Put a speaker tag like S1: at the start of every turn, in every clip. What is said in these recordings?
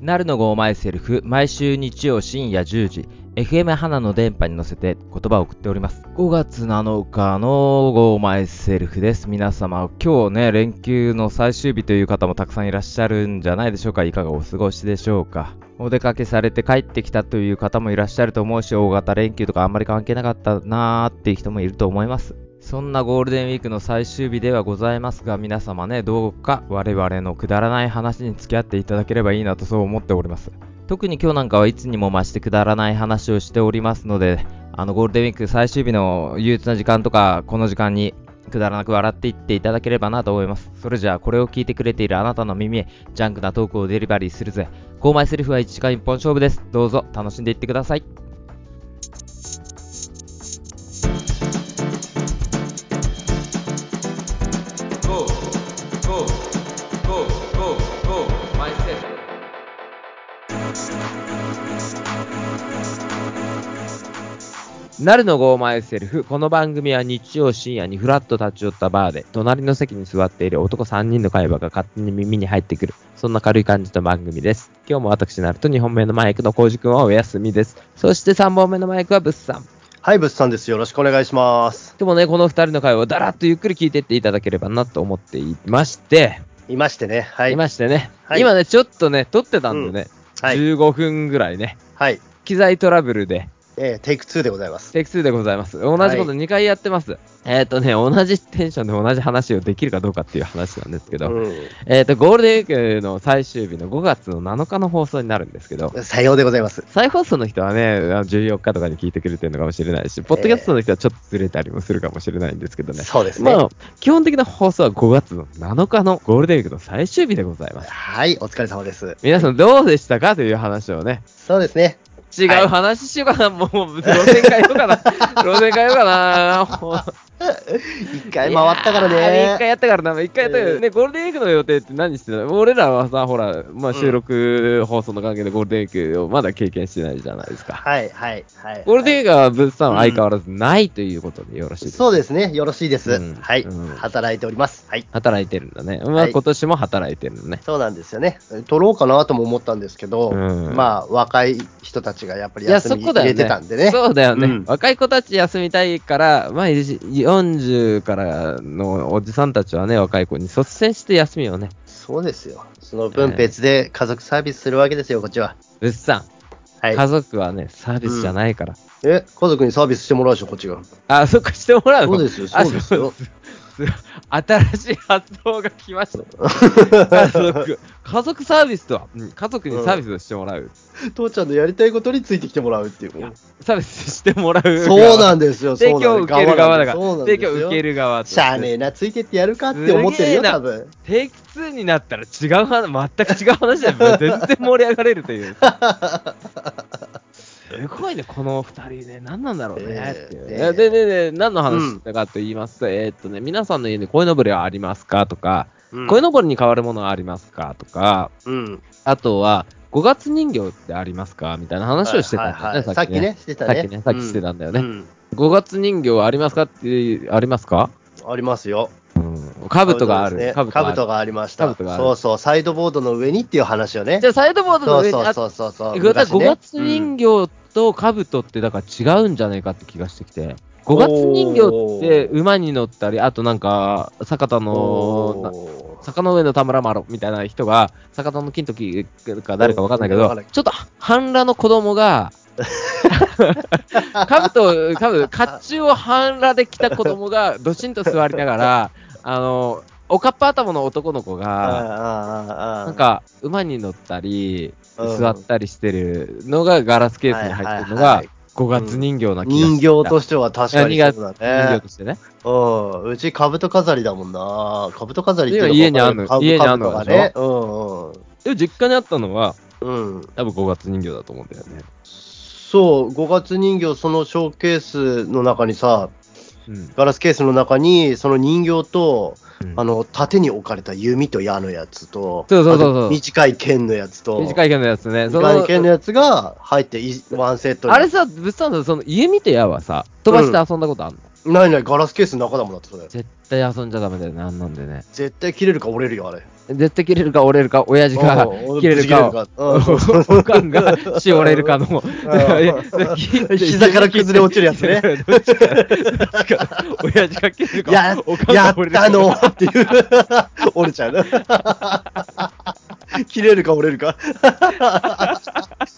S1: なるのごマイセルフ毎週日曜深夜10時 FM 花の電波に乗せて言葉を送っております5月7日のゴーマイセルフです皆様今日ね連休の最終日という方もたくさんいらっしゃるんじゃないでしょうかいかがお過ごしでしょうかお出かけされて帰ってきたという方もいらっしゃると思うし大型連休とかあんまり関係なかったなーっていう人もいると思いますそんなゴールデンウィークの最終日ではございますが、皆様ね、どうか我々のくだらない話に付き合っていただければいいなとそう思っております。特に今日なんかはいつにも増してくだらない話をしておりますので、あのゴールデンウィーク最終日の憂鬱な時間とか、この時間にくだらなく笑っていっていただければなと思います。それじゃあ、これを聞いてくれているあなたの耳へ、ジャンクなトークをデリバリーするぜ。購買セリフは1時間1本勝負です。どうぞ楽しんでいってください。なるのゴーマイセルフ。この番組は日曜深夜にフラッと立ち寄ったバーで、隣の席に座っている男3人の会話が勝手に耳に入ってくる。そんな軽い感じの番組です。今日も私なると2本目のマイクのコウジ君はお休みです。そして3本目のマイクはブッサン。
S2: はい、ブッサンです。よろしくお願いします。
S1: でもね、この2人の会話をだらっとゆっくり聞いていっていただければなと思っていまして。。
S2: いましてね。はい
S1: いましてね。はい、今ね、ちょっとね、撮ってたんでね、うん、はい、15分ぐらいね。
S2: はい。
S1: 機材トラブルで。
S2: えー、テイク2でございます。
S1: テイク2でございます。同じこと2回やってます。はい、えっ、ー、とね、同じテンションで同じ話をできるかどうかっていう話なんですけど、うん、えっ、ー、と、ゴールデンウィークの最終日の5月の7日の放送になるんですけど、
S2: さようでございます。
S1: 再放送の人はね、14日とかに聞いてくれてるのかもしれないし、ポッドキャストの人はちょっとずれたりもするかもしれないんですけどね。えー、
S2: そうですね。まあ、
S1: 基本的な放送は5月の7日のゴールデンウィークの最終日でございます。
S2: はい、お疲れ様です。
S1: 皆さんどうでしたかという話をね。
S2: そうですね。
S1: 違う話しようかな、はい、もう、路線変えようか な。路線変えようかな。
S2: 一回回ったからね。
S1: 一回やったからな、一回やったからね、えーね、ゴールデンウィークの予定って何してたの俺らはさ、ほら、まあ、収録放送の関係でゴールデンウィークをまだ経験してないじゃないですか。
S2: はい、はい、はい。
S1: ゴールデンウィークは物産は相変わらずないということでよろしいです
S2: か、うん、そうですね、よろしいです。うん、はい、うん、働いております。はい。
S1: 働いてるんだね。まあ、今年も働いてるのね、はい。
S2: そうなんですよね。取ろうかなとも思ったんですけど、まあ、若い人たちがやっぱり休み入れてたんでね。
S1: そうだよね。よね若い子たち休みたいから、まあ、40からのおじさんたちはね、若い子に率先して休みをね。
S2: そうですよ。その分別で家族サービスするわけですよ、こっちは。
S1: うっさん。はい、家族はね、サービスじゃないから。
S2: うん、え、家族にサービスしてもらうでしょ、こっちが。
S1: あ、そっか、してもらう
S2: そうですよ、そうですよ。
S1: 新しい発想が来ました。家族。家族サービスとは、うん、家族にサービスをしてもらう、
S2: うん、父ちゃんのやりたいことについてきてもらうっていう。
S1: サービスしてもらう。
S2: そうなんですよ。
S1: 提供受ける側だから。提供受ける側
S2: しゃあねえな、ついてってやるかって思ってるよ、多分。
S1: テイク2になったら違う話、全く違う話だ よ。全然盛り上がれると いう。すごいね、この2人ね、何なんだろうね、えー、っていう、ね。で、で、で、何の話したかと言いますと、うん、えー、っとね、皆さんの家にこいのぼりはありますかとか、うん、こいのぼりに変わるものはありますかとか、
S2: うん、
S1: あとは、5月人形ってありますかみたいな話をしてたんだよね、はいはいはい、
S2: さっき
S1: さっ
S2: ね。
S1: きね、してたね。さっきね、さっきしてたんだよね。うん、5月人形ありますかって、ありますか
S2: ありますよ。
S1: かぶとがある。
S2: かぶとがありました。そうそう、サイドボードの上にっていう話をね。
S1: じゃあ、サイドボードの上に
S2: そうそうそうそう。
S1: 5月人形とかぶとって、だから違うんじゃないかって気がしてきて。5月人形って馬に乗ったり、あとなんか、坂田の、坂の上の田村麻呂みたいな人が、坂田の金時か誰か分かんないけど、ちょっと半裸の子供 が、かぶと、かぶ、甲冑を半裸で着た子供がどしんと座りながら、あの、おかっぱ頭の男の子が、なんか、馬に乗ったり、座ったりしてるのがガラスケースに入ってるのが、5月人形な気が
S2: した、うん、人形としては確かにそうだね。
S1: 人形としてね。
S2: うん。うち、兜飾りだもんな。兜飾りって
S1: 家にあるの。家にあるのが
S2: ね。うんうん。
S1: で、実家にあったのは、
S2: うん。
S1: 多分5月人形だと思うんだよね。
S2: そう、5月人形、そのショーケースの中にさ、うん、ガラスケースの中にその人形と、うん、あの縦に置かれた弓と矢のやつと
S1: そうそうそう
S2: 短い剣のやつと
S1: 短い剣のやつね
S2: 短い剣のやつが入ってワンセット
S1: あれさぶっさんその弓と矢はさ飛ばして遊んだことあるの、うん
S2: ないない、ガラスケースの中だもんだって、それ。
S1: 絶対遊んじゃダメだよね、あんなんでね。
S2: 絶対切れるか折れるよ、あれ。
S1: 絶対切れるか折れるか、親父が
S2: うん
S1: 切れるか、
S2: うんそうそう
S1: おかんがしおれるかの、いや
S2: 膝から崩れ落ちるやつね。
S1: どっちか、どっちか親父が切れるか、
S2: や
S1: おかん
S2: や
S1: が
S2: っ
S1: 折れるか
S2: た のっていう。 折れちゃうな。切れるか折れるか。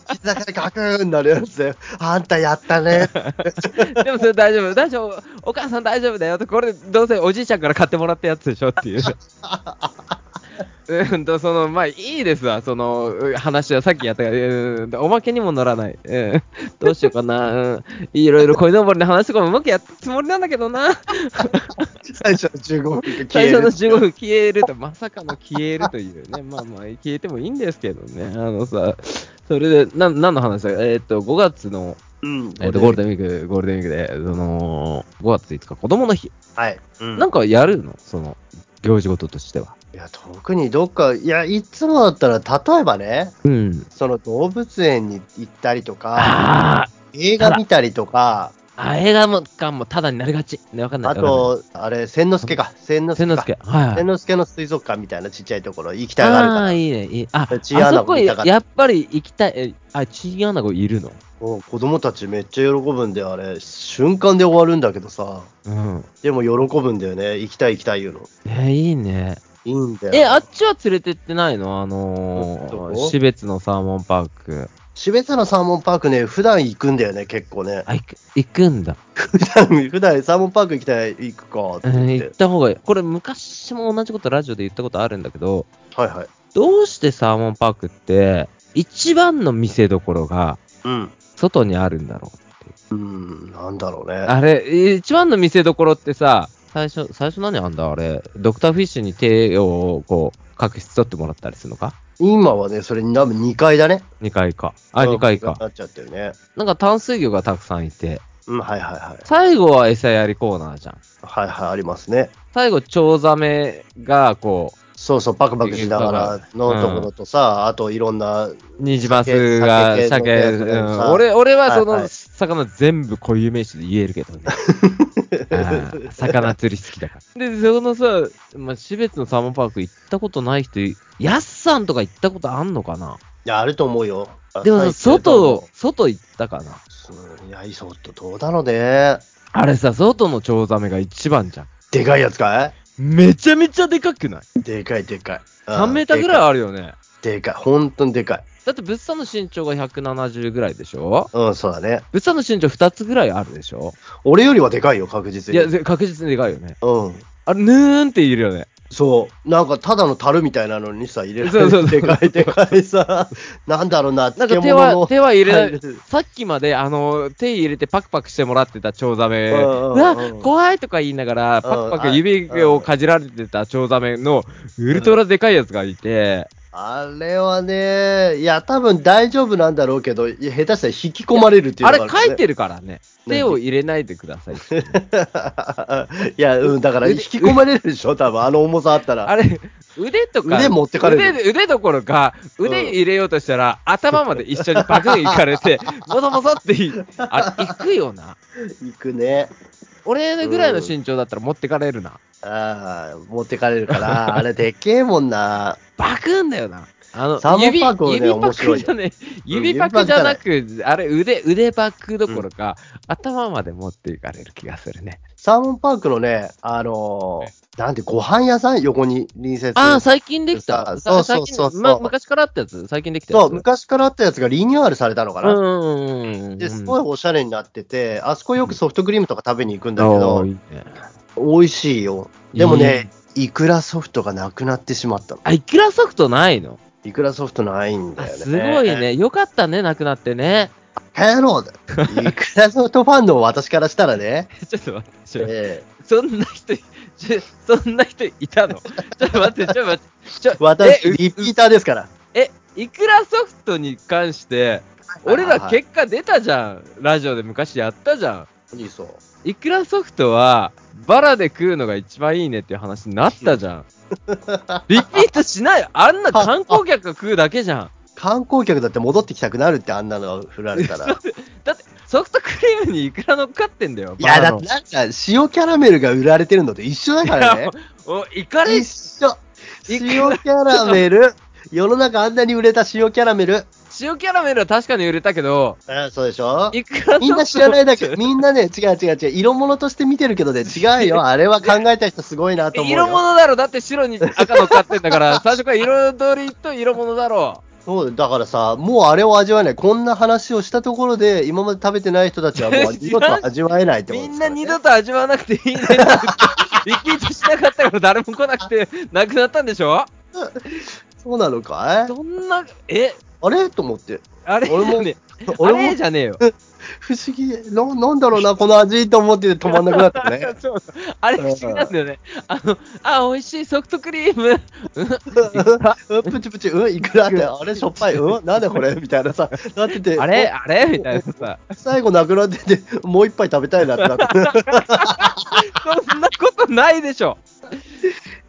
S2: 膝からガクーンなるやつだよ。あんたやったね。
S1: でもそれ大丈夫、大丈夫、お母さん大丈夫だよって、これどうせおじいちゃんから買ってもらったやつでしょって いう。うんと、その、まあ、いいですわ、その、う話はさっきやったから、うんとおまけにもならない。うんどうしようかな。うんいろいろこいのぼりの話とかもうまくやったつもりなんだけどな。
S2: 最初の15分が消える。
S1: 最初の15分消えると、まさかの消えるというね、 まあまあ、消えてもいいんですけどね。あのさ、それで、なん何の話だえーっと、5月の、
S2: うん。
S1: えーっと、ゴールデンウィーク、ゴールデンウィークで、その、5月5日、子供の日。
S2: はい。うん
S1: なんかやるのその、行事事としては。
S2: いや、特にどっか、いや、いつもだったら、例えばね、
S1: うん。
S2: その動物園に行ったりとか、
S1: あ
S2: 映画見たりとか、
S1: あ、あれがもう、かも、ただになりがち。ね、わかんない。
S2: あと、あれ、千之助か、千之
S1: わかん
S2: 助
S1: ない、千之
S2: か。
S1: 助。はい、はい。
S2: 千之助の水族館みたいなちっちゃいところ行きたがるか
S1: あ
S2: ら
S1: あー、いいね。いいあ、あ
S2: チンアナ
S1: そこ、
S2: ゴ見たかった
S1: やっぱり行きたい。えあ、チンアナゴいるの
S2: うん子供たちめっちゃ喜ぶんで、あれ、瞬間で終わるんだけどさ、
S1: うん。
S2: でも喜ぶんだよね、行きたい行きたい言うの。
S1: え、いいね。
S2: いいんだよ。
S1: え、あっちは連れてってないのあの
S2: ど
S1: ー、
S2: こ
S1: 標別のサーモンパーク。
S2: 標茶のサーモンパークね、普段行くんだよね、結構ね。
S1: あ、行く行くんだ。
S2: 普段、 普段サーモンパーク行きたい、行くかって
S1: う
S2: 言
S1: ん
S2: っ
S1: 行
S2: て
S1: っ。た方がいい。これ、昔も同じことラジオで言ったことあるんだけど、
S2: はいはい。
S1: どうしてサーモンパークって、一番の見せどころが
S2: うん。
S1: 外にあるんだろう。
S2: うん、なんだろうね。
S1: あれ、一番の見せどころってさ、最初、最初何あんだあれ、ドクターフィッシュに手をこう、確執取ってもらったりするのか
S2: 今はね、それに多分2階だね。
S1: ?2 階か。あ、
S2: うん
S1: 2階か。
S2: なっちゃってるね。
S1: なんか淡水魚がたくさんいて、
S2: うん、はいはいはい。
S1: 最後は餌やりコーナーじゃん。
S2: はいはい、ありますね。
S1: 最後、チョウザメがこ
S2: そうそう、パクパクしながらのところとさ、あといろんな、
S1: う、ニジマスが、鮭、
S2: 鮭鮭のやつ
S1: う
S2: が
S1: ん
S2: さ
S1: 俺、俺はそ
S2: はい
S1: の
S2: はい
S1: 魚全部固有名詞で言えるけ どね。あー魚釣り好きだから。で、そのさ、まあ、標別のサーモンパーク行ったことない人、やっさんとか行ったことあんのかない
S2: や、あると思うよ。
S1: でも
S2: あ
S1: さ、外、、外行ったかな
S2: うんいや、いそうとどうだろうね。
S1: あれさ、外のチョウザメが一番じゃん。
S2: でかいやつか
S1: めちゃめちゃでかくない
S2: いでかいでかい。
S1: ?3 メーターぐらい
S2: い
S1: あるよね。
S2: でかい。本当にでかい。
S1: だって、物産の身長が170ぐらいでしょ
S2: うん、そうだね。
S1: 物産の身長2つぐらいあるでしょ
S2: 俺よりはでかいよ、確実
S1: い
S2: に。
S1: や、ぜ確実にでかいよね。
S2: うん。
S1: あれ、ぬーんっているよね。
S2: そう。なんか、ただの樽みたいなのにさ、入れられ
S1: そう
S2: る。
S1: そうそう
S2: でかい、でかいさ。なんだろうな、
S1: なんか
S2: 漬
S1: 手
S2: 物の
S1: は、。手は入れない
S2: 入れる。
S1: さっきまで、あの、手入れてパクパクしてもらってたチョウザメ、
S2: うんうん
S1: う
S2: うん
S1: わ、怖いとか言いながら、パクパク指をかじられてたチョウザメのウルトラでかいやつがいて、
S2: あれはね、いや、多分大丈夫なんだろうけど、いや下手したら引き込まれるっていう
S1: あ
S2: の
S1: れ
S2: がる、ね。
S1: 書いてるからね。
S2: ね
S1: 手を入れないでください。
S2: いや、うん、だから引き込まれるでしょ、多分あの重さあったら。
S1: あれ、腕とか、
S2: 腕持ってかれる
S1: 腕腕どころか、腕入れようとしたら、頭まで一緒にパクンいかれ て、もぞもぞってい、あれ、行くよな。
S2: 行くね。
S1: 俺ぐらいの身長だったら持ってかれるな。
S2: ああ、持ってかれ るから、あれでっけえもんな。
S1: バクンだよな。あの、
S2: サーモン
S1: 指
S2: パークはね
S1: 指パ
S2: 面白
S1: ク
S2: い
S1: じ
S2: よ
S1: ゃね
S2: うん
S1: 指パクじゃなく、あれ、腕、腕パクどころか、頭まで持っていかれる気がするね。
S2: サーモンパークのね、あのーなんてご飯屋さん横に隣接
S1: ああ、最近できた。
S2: そうそうそうそう
S1: 最近ま昔からあったやつ最近できたや
S2: そ
S1: つ
S2: う、昔からあったやつがリニューアルされたのかな。
S1: うんうんうんうん。
S2: で、すごいおしゃれになってて、あそこよくソフトクリームとか食べに行くんだけ
S1: あー
S2: ど
S1: い、いね
S2: 美味しいよ。でもね、いくらソフトがなくなってしまったの。
S1: あ、いくらソフトないの
S2: いくらソフトないんだ
S1: あ
S2: よね。
S1: すごい。ね。よかったね、なくなってね。
S2: やろだよ。いくらソフトファンの私からした らね。
S1: ちょっと待って、ちょ
S2: ええ
S1: そんな人、ちょそんな人いたの ちょっと待って、ちょっと待って。ちょ
S2: 私、
S1: えう
S2: リピーターですから。
S1: え、いくらソフトに関して、俺ら結果出たじゃん。ラジオで昔やったじゃ。
S2: 構いいそうん
S1: いくらソフトは、バラで食うのが一番いいねっていう話 になったじゃん。リピートしないあんな観光客が食うだけじゃん。
S2: 観光客だって戻ってきたくなるって、あんなの振られ たら。
S1: だって、ソフトクリームにいくら乗っかってんだよ。
S2: いや、
S1: バナ
S2: だ
S1: ナ
S2: ってなんか、塩キャラメルが売られてるのと一緒だからね。
S1: お、イカレ
S2: 一緒。
S1: いく
S2: 塩キャラメル。世の中あんなに売れた塩キャラメル。
S1: 塩キャラメルは確かに売れたけど、
S2: あそうでしょ
S1: いくら
S2: みんな知らないだけ。
S1: みん
S2: みんなね、違う違う違う。色物として見てるけどね、違う よ。あれは考えた人すごいなと思うよ。
S1: 色物だろ。だって白に赤乗っかってんだから、最初から彩りと色物だろ。
S2: そうだ、だからさ、もうあれを味わえない。こんな話をしたところで、今まで食べてない人たちはもう二度と味わえないってこと
S1: み
S2: で
S1: ん
S2: す
S1: な
S2: からね
S1: 二度と味わわなくていいね。生き生きしなかったから誰も来なくて、なくなったんでしょ
S2: そうなのかい
S1: どんな、え、
S2: あれと思って。
S1: あれ
S2: 俺も
S1: ね、あ
S2: 俺
S1: れ
S2: も
S1: じゃねえよ。
S2: 不思議、ななんだ ろうな、この味と思ってて止まんなくなったね。
S1: そうあれ不思議なんだよね。あの、あ、美味しいソフトクリーム。
S2: うんプチプチ、うん、いくらって、あれしょっぱい、うん、なんでこれみたいなさ、なってて、
S1: あれあれみたいなさ。
S2: 最後なくなってて、もう一杯食べたいなって なって、
S1: そんなことないでしょ。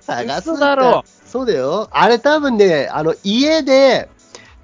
S2: 探す
S1: 嘘だろ
S2: そうだよ。あれ多分ね、あの、家で、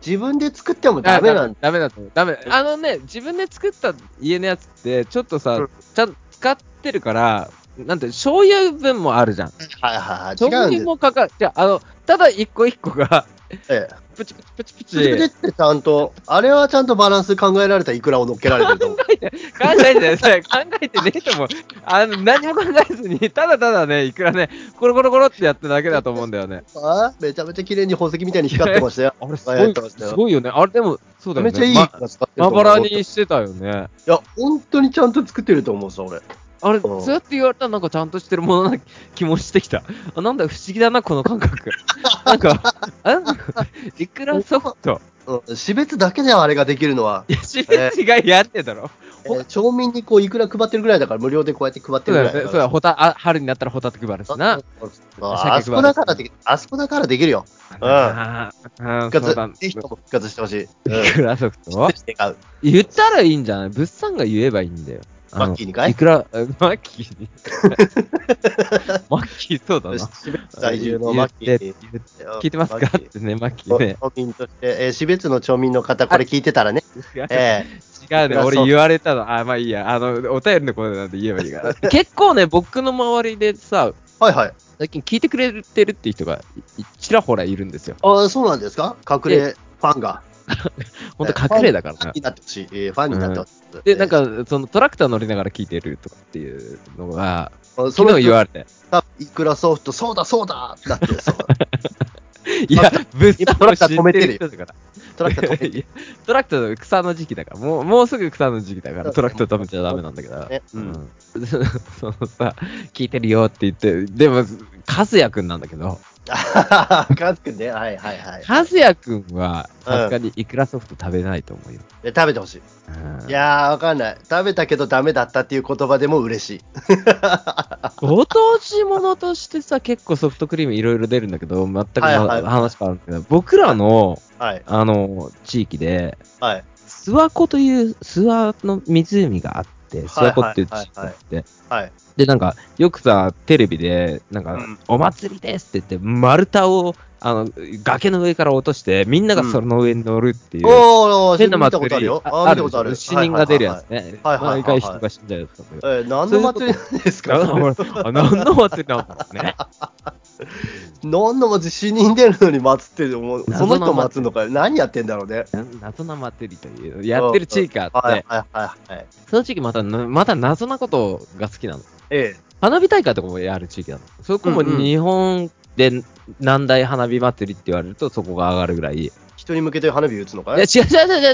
S2: 自分で作ってもダメなんだ。
S1: ダメだと思う。ダメ。あのね、自分で作った家のやつって、ちょっとさ、
S2: うん
S1: ちゃんと使ってるから、なんて、醤油分もあるじゃん。
S2: はいはいはい、違
S1: 醤
S2: うんで
S1: 油
S2: す
S1: もかかる。じゃあ、あの、ただ一個一個が、
S2: ええ
S1: プチプチプチプ
S2: それっ
S1: チ。
S2: てちゃんと、あれはちゃんとバランス考えられたいくらを乗っけられてると思う。
S1: 考えてないそれ考えてねえと思う。あの、何も考えずに、ただただね、いくらね、コロコロコロってやっただけだと思うんだよね。
S2: あめちゃめちゃ綺麗に宝石みたいに光ってましたよ。
S1: あれす
S2: ごい
S1: すごいよね。あれでも、そうだよね。
S2: めちゃめちゃいい
S1: ま
S2: 光使ってる
S1: ま
S2: と思
S1: ば
S2: う
S1: らにしてたよね。
S2: いや、本当にちゃんと作ってると思うさ、俺。
S1: あれ、
S2: うん
S1: そうやって言われたらなんかちゃんとしてるものな気もしてきた。あなんだ、不思議だな、この感覚。なん か、あいくらソフト。
S2: うん、死別だけであれができるのは、
S1: いや、しめちがやってたろ。
S2: えー町民にこういくら配ってるぐらいだから、無料でこうやって配って
S1: そう
S2: る
S1: だよ
S2: ぐらいだ
S1: ね。
S2: か
S1: そうだ、
S2: ら。
S1: ホタ、あ春になったらホタテ配るしな。
S2: そうそうそうああそこだからできあそこだからできるよ。うん
S1: あーうん。
S2: 復
S1: そう
S2: 活
S1: だ、
S2: ぜひとも復活してほしい。うん
S1: いくらソフト
S2: ぜひ願う
S1: 言ったらいいんじゃない物産が言えばいいんだよ。あの
S2: マッキーにかい
S1: いくら、 えマッキーに。マッキー、そうだ
S2: よし
S1: な。
S2: 死別在住のマッキーに。
S1: 言って聞いてますか
S2: マ
S1: っ
S2: ッキー
S1: てね、マッキーね。
S2: 町民として、えー、死別の町民の方、これ聞いてたらね、えー
S1: 違うね、
S2: あ
S1: 俺
S2: そう
S1: 言われたの。あ、まあいいや。あの、お便りのことなんて言えばいい から。結構ね、僕の周りでさ、
S2: はいはい。
S1: 最近聞いてくれてるっていう人が、いちらほらいるんですよ。
S2: ああ、そうなんですか隠れファンが。
S1: ほんと隠れだから
S2: ファン
S1: な。
S2: になってほしい。えーファンになってほしい。
S1: で、なんか、そのトラクター乗りながら聞いてるとかっていうのが、
S2: えー、そ
S1: 昨
S2: の
S1: 日言
S2: 言わ
S1: われて。
S2: いくらソフト、そうだそうだってなって、そう
S1: いや、物
S2: 今
S1: 産を知ってる人だから。
S2: トラックが止 め
S1: いやトラクターの草の時期だから、もうもうすぐ草の時期だから、
S2: そ
S1: ト
S2: う
S1: ラクター食べちゃダメなんだけど
S2: ね、
S1: うん、 そのさ、聞いてるよって言って、でも、和也くんなんだけど、
S2: て。カズくんね、はいはいはい。
S1: 和也くんは、さすがにいくらソフト食べないと思うよ。
S2: で食べてほしい。
S1: うん
S2: いやー、わかんない。食べたけどダメだったっていう言葉でも嬉しい。
S1: ご当地ものとしてさ、結構ソフトクリームいろいろ出るんだけど、全くま
S2: はいはい
S1: 話変わるんだけど、僕らの、
S2: はい、
S1: あの、地域で、
S2: はい。
S1: 諏訪湖という諏訪の湖があって、諏訪湖っていう地域があ
S2: はいはいはいは
S1: っ
S2: い
S1: て、
S2: はい。
S1: で、なんか、よくさ、テレビで、なんか、
S2: うん
S1: お祭りですって言って、丸太を、あの、崖の上から落として、みんながその上に乗るっていう。
S2: おー、
S1: 変な
S2: 見た
S1: 祭
S2: ことある
S1: り
S2: よ。あー見たことあ
S1: で
S2: る。
S1: しょ死人が出るやつね。
S2: はいはいはいはいはいはいはい
S1: 毎回人が死んじゃうやつだけど。
S2: はいはいはい。えー、何の祭りなんですか
S1: なんかほら あ何の祭りなのね。
S2: 何の祭り死人出るのに祭ってるもうそ
S1: 謎
S2: の
S1: の
S2: 人祭るのかよ何やってんだろうね。
S1: 謎な祭りという、やってる地域があっ
S2: はい
S1: て、
S2: はいはいはい。
S1: その地域またな、また謎なことが好きなの。
S2: え
S1: 花火大会とかもやる地域なの。そこも
S2: うんうん
S1: 日本で南大花火祭りって言われると、そこが上がるぐらい。い
S2: え、人に向けて花火打つのか
S1: や、違
S2: いう
S1: 違う違う違う違う違う違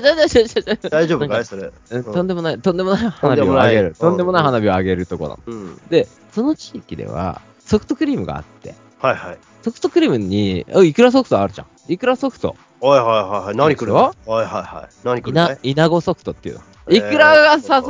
S1: う。
S2: 大丈夫
S1: な
S2: か
S1: ん
S2: いそれ。
S1: うん
S2: うん
S1: とんでもない、とんでもない花火を上げる。
S2: と
S1: と
S2: ん
S1: ん
S2: で
S1: でも
S2: もな
S1: ないい花火を上げるとこなの。
S2: うん。
S1: で、その地域では、ソフトクリームがあって、
S2: はいはい。
S1: ソフトクリームに、あいくらソフトあるじゃん。いくらソフト。
S2: はいはいはいはい。何来るのは
S1: で
S2: いはいはい。何来
S1: い
S2: る
S1: な
S2: の、
S1: いなごソフトっていうの。
S2: えー
S1: いくらがさ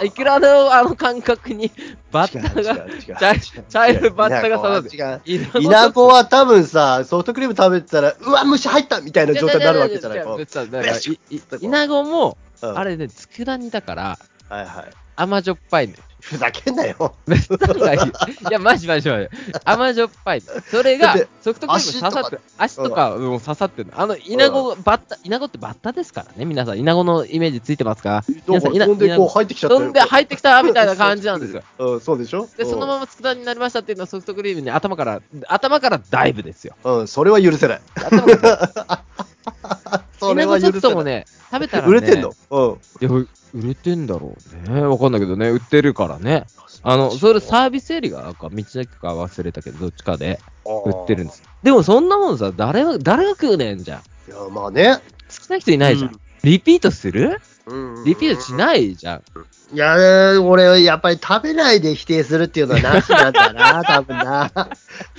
S1: す、いくらのあの感覚に、バッタが、
S2: 違う違う違う
S1: 茶茶色いバッタが刺さって。
S2: 違う。
S1: い
S2: 違う稲子は多分さ、ソフトクリーム食べてたら、うわ、虫入ったみたいな状態になるわけじゃないこう
S1: だからいい
S2: こう
S1: イナゴも、
S2: うん
S1: あれね、佃煮だから、
S2: はいはい。
S1: 甘じょっぱいのよ。
S2: ふざけんなよ。
S1: めったにないよ。いや、マジマジマジ。甘じょっぱい。それが
S2: だって、
S1: ソフトクリーム刺さって、足とかもう刺さってるの。あの、イナゴ、バッタ、イナゴってバッタですからね、皆さん。イナゴのイメージついてますか
S2: な
S1: 皆
S2: ん
S1: さ
S2: か
S1: ん、イナ
S2: 飛んでこう
S1: ゴ。
S2: 入ってきちゃったよ
S1: 飛んで入ってきたみたいな感じなんですよ。
S2: うん、そうでしょ
S1: で、そのまま佃煮になりましたっていうのはソフトクリームに頭から、頭からダイブですよ。
S2: ま。うん、それは許せない。
S1: 頭からダイブ。
S2: そ
S1: イナ
S2: れ
S1: ゴ
S2: は
S1: ソフ
S2: 許せ
S1: ト
S2: な
S1: も
S2: い。
S1: ね、食べたらね。
S2: 売れてんのうん。。
S1: でも売れてんだろうね。わかんないけどね、売ってるからね。あの、それサービスエリアか、道の駅か忘れたけど、どっちかで売ってるんですす。でもそんなもんさ、誰が、誰が食うねんじゃん。好
S2: いや、まあね。
S1: きな人いないじゃん。
S2: うん
S1: リピートする
S2: うん
S1: リピートしないじゃん。
S2: いやー、俺、やっぱり食べないで否定するっていうのはなしなんだ な、多分な。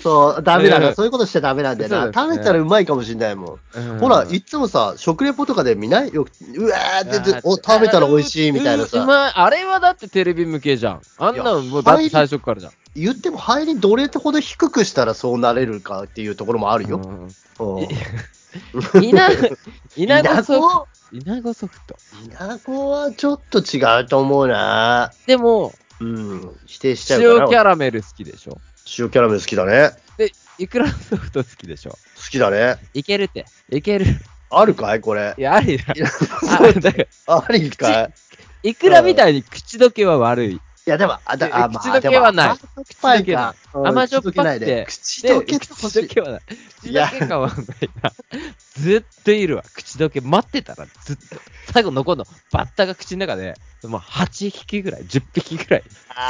S2: そう、ダメなん
S1: う
S2: だ。
S1: ん
S2: そういうことしちゃダメなんだよな。
S1: そうですね
S2: 食べたらうまいかもしれないもん。ほら、いつもさ、食レポとかで見ないよくうわーってって、お、食べたら美味しいみたいな
S1: う
S2: さ。
S1: まい。あれはだってテレビ向けじゃん。あんなのもう
S2: いや
S1: だって最初からじゃん。
S2: 言っても入りどれほど低くしたらそうなれるかっていうところもあるよ。うん
S1: いい な、いなご
S2: 稲
S1: ソフ
S2: 子
S1: ト。いなごソフト。
S2: 稲子はちょっと違うと思うな。
S1: でも、
S2: うん。否定しちゃ
S1: 塩
S2: う
S1: キャ
S2: から。
S1: ラメル好きでしょ。
S2: 塩キャラメル好きだね。
S1: で、いくらソフト好きでしょ。
S2: 好きだね。
S1: いけるって。いける。
S2: あるかいこれ
S1: い。や、ありだ。
S2: そう
S1: あだから
S2: ありかい
S1: いくらみたいに口どけは悪い。
S2: いや、でも、あ、だ
S1: で
S2: あ、ま
S1: 口
S2: あ、
S1: ど
S2: で
S1: け
S2: も
S1: はない
S2: 甘じょっぱいか。うん
S1: 甘じょっぱくて
S2: 口どけないで口
S1: で
S2: どけ
S1: 口どけはない。口どけ感はないな。ずっといるわ。口どけ待ってたらずっと。最後残るの、バッタが口の中で、もう8匹ぐらい、10匹ぐらい。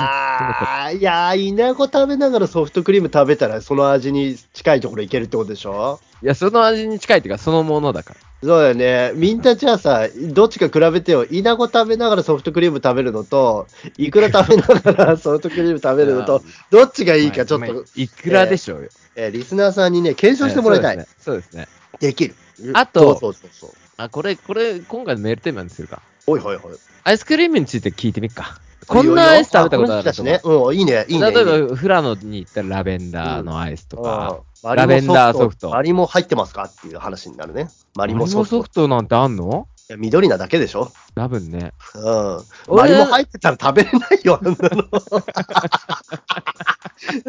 S2: あーいやー、稲子食べながらソフトクリーム食べたら、その味に近いところいけるってことでしょ
S1: いや、その味に近いっていうか、そのものだから。
S2: そうだよね。みんなじゃあさ、どっちか比べてよ。稲子食べながらソフトクリーム食べるのと、いくら食べな がらソフトクリーム食べるのと、どっちがいいかちょっ
S1: まあまあ
S2: と、
S1: いくらでしょうよ。
S2: えーリスナーさんにね、検証してもらいたい。
S1: えーそうですね。そうですね
S2: できる。
S1: あと
S2: そうそうそうそう。
S1: あ、これ、これ、今回のメールテーマにするか。
S2: おいおいおい。
S1: アイスクリームについて聞いてみっか。こんなアイス食べたことある
S2: あこの時期だしね。うん、いいね、いいね。
S1: 例
S2: いいね
S1: えば、富良野に行ったらラベンダーのアイスとか、
S2: うん
S1: ラベンダーソフト
S2: マリモ入ってますかっていう話になるね。マ
S1: マ
S2: リモソフト。
S1: リモなんてあんの
S2: いや緑なだけでしょ。
S1: 多分ね。
S2: うん。マ
S1: 俺
S2: リモ入ってたら食べれないよ、あんな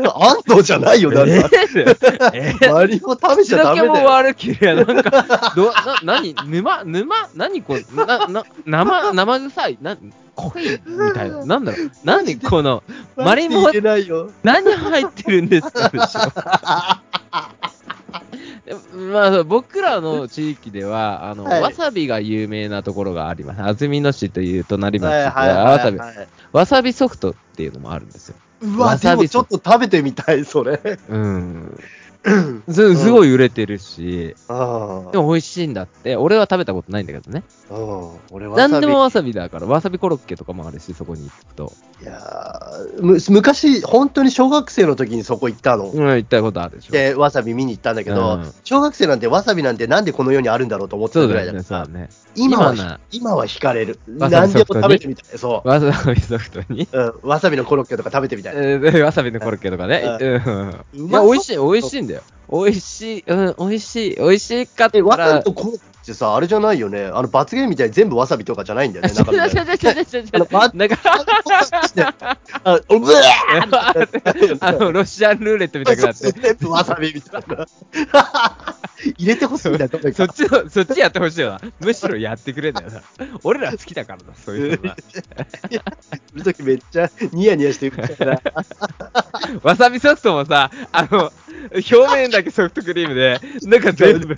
S2: の。 安藤じゃないよ、だって。
S1: えー
S2: マリモ食べち
S1: 口
S2: ゃダ
S1: だ
S2: メ
S1: け
S2: だ
S1: も
S2: よ。
S1: 悪けりゃ、なんか、ど、な、なに、沼、沼、なにこれ、な、な、生、生臭い、な、濃いみたいな、なんだろう、なにこの、マリモ
S2: いけないよ。
S1: 何入ってるんですかでしょ。まあそう、僕らの地域ではあの、
S2: はい
S1: わさびが有名なところがあります。安曇野市という隣町
S2: はい
S1: で、
S2: はい
S1: わさ
S2: はい
S1: び
S2: はい。
S1: わさびソフトっていうのもあるんですよ。
S2: う
S1: わ
S2: わ、
S1: さ
S2: で
S1: び
S2: もちょっと食べてみたい、それ。
S1: うん。すすごい売れてるし、
S2: あ
S1: でも美味しいんだって。俺は食べたことないんだけどね。
S2: あ。うん。俺わ
S1: 何
S2: さ
S1: で
S2: び。
S1: もわさびだから、わさびコロッケとかもあるし、そこに行くと。
S2: いやーむ昔、本当に小学生の時にそこ行ったの。
S1: うん、行ったことあるでしょ。
S2: で、わさび見に行ったんだけど、
S1: うん
S2: 小学生なんてわさびなんてなんでこの世にあるんだろうと思って
S1: そ
S2: た
S1: う
S2: ぐら
S1: だ
S2: いだ
S1: よね、そう
S2: からさ
S1: だね。
S2: 今は
S1: 今な
S2: 今は惹かれる。
S1: わさび
S2: 何で
S1: ソ
S2: も
S1: フトに
S2: 食べてみたい。そ
S1: わさびソフトに。
S2: う。うん、わさびのコロッケとか食べてみたい。
S1: えーでわさびのコロッケとかね。
S2: う
S1: うん
S2: う
S1: い
S2: ま
S1: や、
S2: そう
S1: 美味しい、美味しいんだよ。美味しい、うん、美味しい、美味しいかった
S2: え、わさ
S1: ら
S2: び。とコロッケってさ、あれじゃないよね。あの、罰ゲームみたいに全部わさびとかじゃないん だよね。
S1: ちょ
S2: 中
S1: ちょ
S2: 身が
S1: ちょちょちょちょちょ
S2: あのバ
S1: なんか、
S2: あ、うぶ
S1: あの、ロシアンルーレットみたいになって。
S2: 全部わさびみたいな。 入れてほしいんだよ、 どこ
S1: そ
S2: か
S1: っちの、そっちやってほしいよな。むしろやってくれんだよな。俺ら好きだからな、そういうのは。
S2: その時めっちゃニヤニヤしてる から。
S1: わさびソフトもさ、あの、表面だけソフトクリームで、なんか全部、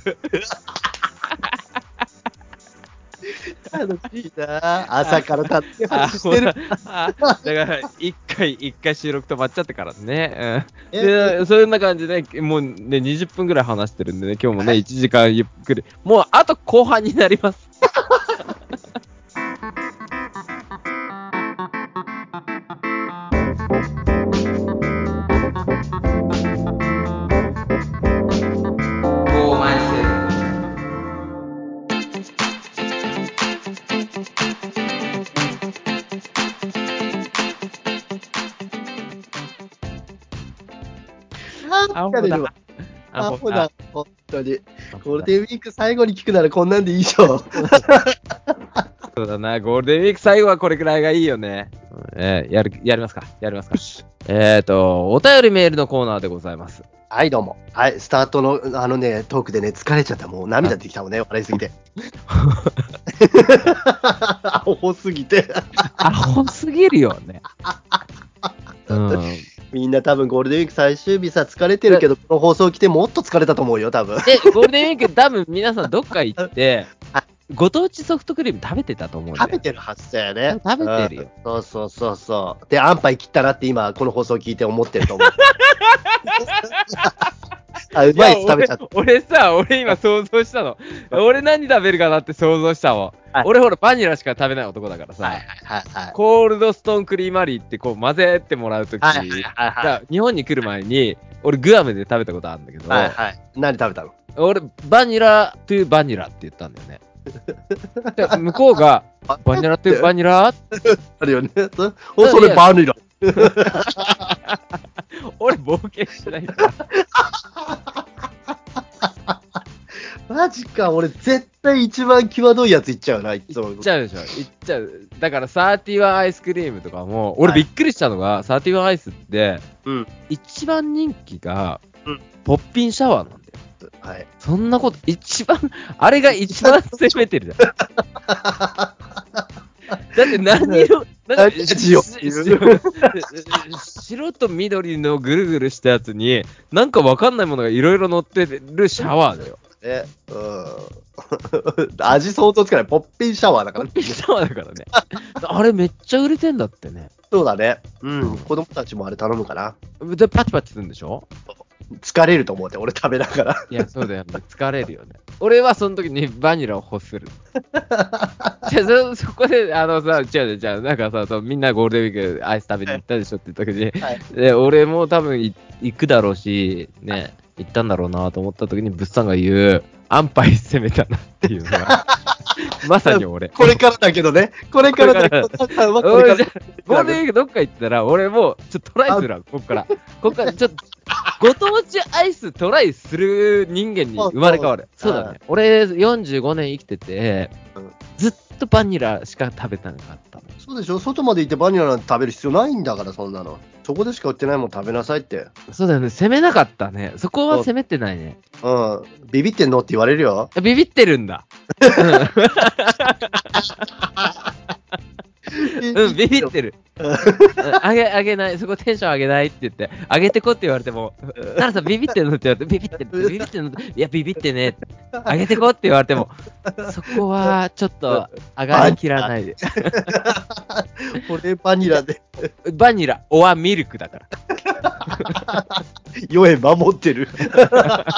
S2: 楽しいな朝からたって
S1: あ、
S2: 話し
S1: ほ
S2: てる
S1: ら、あだから、一回、一回収録止まっちゃってからね。うん、
S2: え
S1: で、そんな感じで、もうね、20分ぐらい話してるんでね、今日もね、1時間ゆっくり。もう、あと後半になります。
S2: あ
S1: あ、ほ
S2: 疲れる
S1: だ
S2: わ。。
S1: あ
S2: ア
S1: ほ
S2: ホ
S1: だ
S2: だ。、本当に。
S1: あ
S2: ゴールデンウィーク最後に聞くならこんなんでいいでしょ。
S1: そうだな、ゴールデンウィーク最後はこれくらいがいいよね。えーやる、やりますかやりますかえっと、お便りメールのコーナーでございます。
S2: はい、どうも。はい、スタートの、あのね、トークでね、疲れちゃった。もう涙出てきたもんね、笑いすぎて。 アホすぎて。
S1: アホすぎるよね。 うん。
S2: みんな多分ゴールデンウィーク最終日さ、疲れてるけど、この放送来てもっと疲れたと思うよ、多分。
S1: で、ゴールデンウィーク、多分皆さんどっか行って、ご当地ソフトクリーム食べてたと思うんだよ
S2: 食べてるはずだよね。
S1: 食べてるよ
S2: うん。そうそうそうそう。で、安牌切ったなって今、この放送聞いて思ってると 思う。あ、うまいやつ食べちゃった。
S1: 俺俺さ、俺今想像したの。俺何食べるかなって想像したの
S2: はい。
S1: 俺ほらバニラしか食べない男だからさ、
S2: はいはいはい。
S1: コールドストーンクリーマリーってこう混ぜてもらうとき、
S2: はいはいはいはい
S1: さ日本に来る前に、俺グアムで食べたことあるんだけど、
S2: はいはい。何食べたの
S1: 俺バニラトゥバニラって言ったんだよね。で向こうが、バニラトゥバニ ラ
S2: あるよね。そおそれバニラ。
S1: 俺冒険しない から。
S2: マジか、俺絶対一番際どいやついっちゃうな、いつも。
S1: いっちゃうでしょ、いっちゃう。だから、サーティワンアイスクリームとかも、俺
S2: はい
S1: びっくりしたのが、サーティワンアイスって、
S2: うん
S1: 一番人気が
S2: うん、
S1: ポッピンシャワーなんだよ。
S2: はい。
S1: そんなこと、一番、あれが一番攻めてるじゃん。だって何色、なんか
S2: 何味よ
S1: しし白と緑のぐるぐるしたやつに、なんかわかんないものがいろいろ乗ってるシャワーだよ。
S2: え、うん。 味相当つかない。ポッピンシャワーだか
S1: ポ
S2: ら
S1: ッ。ピンシャワーだからね。あれめっちゃ売れてんだってね。
S2: そうだね。うん。子供たちもあれ頼むかな。
S1: で、パチパチするんでしょ
S2: 疲れると思うて、俺食べながら。
S1: いや、そうだよね。疲れるよね。俺はその時にバニラを欲する。じゃあそ、そこで、あのさ、違う違う違う、なんかさ、そうみんなゴールデンウィークアイス食べに行ったでしょって言った時に、
S2: はい
S1: で俺も多分い行くだろうし、ね、行ったんだろうなと思った時に、ブッサンが言う、安牌攻めたなっていうのが、まさに俺。
S2: これからだけどね。これからだけど、
S1: こ
S2: こ
S1: お
S2: れ
S1: い
S2: か
S1: じゃ
S2: ら。
S1: あゴールデンウィークどっか行ったら、俺もうちょっとトライするわ、こっから。こっから、ちょっと、ご当地アイストライする人間に生まれ変わる。そ
S2: そ
S1: うう
S2: そう
S1: だね。俺、45年生きてて
S2: うん、
S1: ずっとバニラしか食べたのがあったの。
S2: そうでしょ外まで行ってバニラなんて食べる必要ないんだから、そんなの。そこでしか売ってないもん食べなさいって。
S1: そうだよね、攻めなかったね。そこは攻めてないね。
S2: うん。ビビってんのって言われるよ。
S1: ビビってるんだ。うん、ビビってる。うんあげ、あげない、そこテンション上げないって言って、あげてこって言われても、ならさんビビってんのって言われて、ビビって る、ビビってんのいや、ビビってねって、あげてこって言われても、そこはちょっと上がりきらないで。
S2: これバニラで、
S1: バニラ、オアミルクだから。
S2: 酔え守ってる。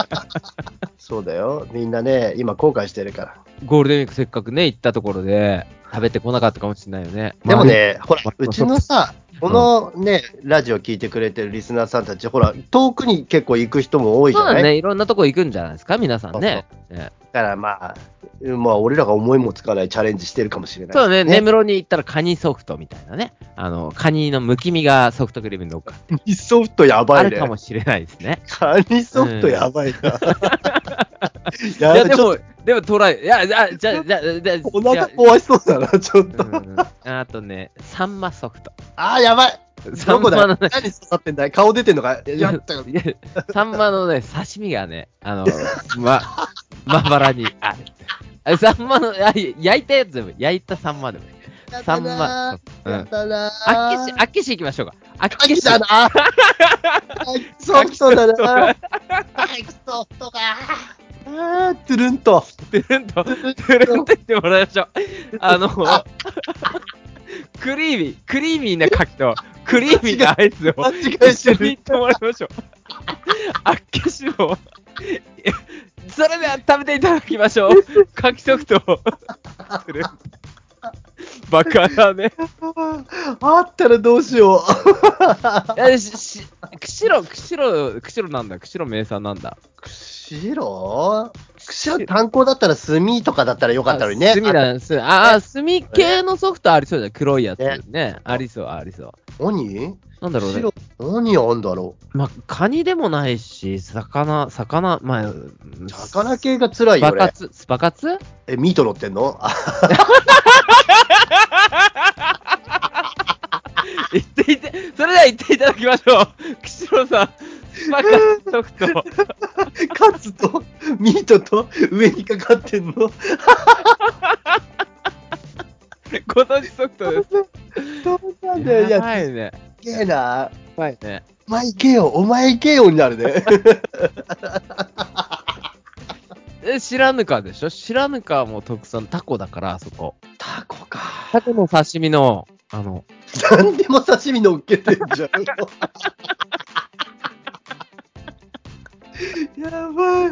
S2: そうだよ。みんなね、今後悔してるから。
S1: ゴールデンウィークせっかくね、行ったところで、食べてこなかったかもしれないよね。
S2: でもね、ほら
S1: まあ、
S2: うちのさ、このね、ラジオ聞いてくれてるリスナーさんたち、ほら、遠くに結構行く人も多
S1: まあ、
S2: いじ
S1: そう
S2: ゃな
S1: だ
S2: い、
S1: ね、いろんなとこ行くんじゃないですか、皆さんね。ね
S2: だからまあ、まあ、俺らが思いもつかないチャレンジしてるかもしれない。
S1: そうだね、根
S2: ね。
S1: 室に行ったらカニソフトみたいなね、あのカニのむき身がソフトクリームに乗っかって、
S2: カニソフトやば
S1: あ
S2: い
S1: る
S2: ね
S1: か。もしれないですね。
S2: カニソフト やばいな。
S1: いや、
S2: やべ
S1: で
S2: ちょっ
S1: も、でもトライ。いや、じゃあ、じゃあ、じゃあ、じゃあ、
S2: とお腹
S1: じゃ
S2: 壊しそうだな、ちょっと。
S1: あうんあとね、サンマソフト。
S2: あー、やばい。
S1: サ
S2: ど
S1: ン
S2: こ
S1: マ
S2: だよ
S1: の
S2: 何
S1: ね、
S2: 刺さってんだい顔出てんのかやったよ
S1: いやサンマのね、刺身がね、あの、ま、まばらにある。あサンマの、あ焼いたやつでもいい、焼いたサンマでもいい。サンマ。う
S2: や
S1: ん。
S2: ったなー。
S1: あっけし、あっけし行きましょうか。あっ
S2: あ
S1: け
S2: き
S1: し。
S2: たな。あソフトだな。あきソフトか。あー、トゥルン と。
S1: てるんと、てるんと言ってもらいましょう。あの、クリーミー、クリーミーな牡蠣と、クリーミーなアイスを
S2: 間違え
S1: 一緒
S2: て
S1: に
S2: る
S1: 行っ。てもらいましょう。あっけしも、それでは食べていただきましょう。牡蠣ソフトを。バカだね。
S2: あったらどうしよう。
S1: えしし釧路、釧路、釧路なんだ。釧路名産なんだ。
S2: 白白炭鉱だったら炭とかだったらよかったのにね。
S1: 炭だ、炭。ああ、炭系のソフトありそうだよ。黒いやつ
S2: ね
S1: ね。ありそう、ありそう。
S2: 何
S1: なんだろうね。
S2: 白何あんだろう
S1: まあ、カニでもないし、魚、魚、まあ、
S2: 魚系が辛
S1: ス
S2: いよ
S1: パカ
S2: 俺。
S1: ツ、スパカツ
S2: え、ミート乗ってんのあ
S1: ゃあ行っていただきましょう。 岸郎さん、バカソフト。
S2: カツとミートと上にかかってんの。
S1: ご存知ソフトです。
S2: そうなんだよ。い
S1: や
S2: や、
S1: ばいね。
S2: すげえな。
S1: はいね。
S2: お前行けよ、お前行けよにな るね。
S1: え、知らぬかでしょ知らぬかも特産、タコだから、あそこ。
S2: タコか。
S1: タコの刺身の、あの、
S2: 何でも刺身乗っけてんじ ゃん。やば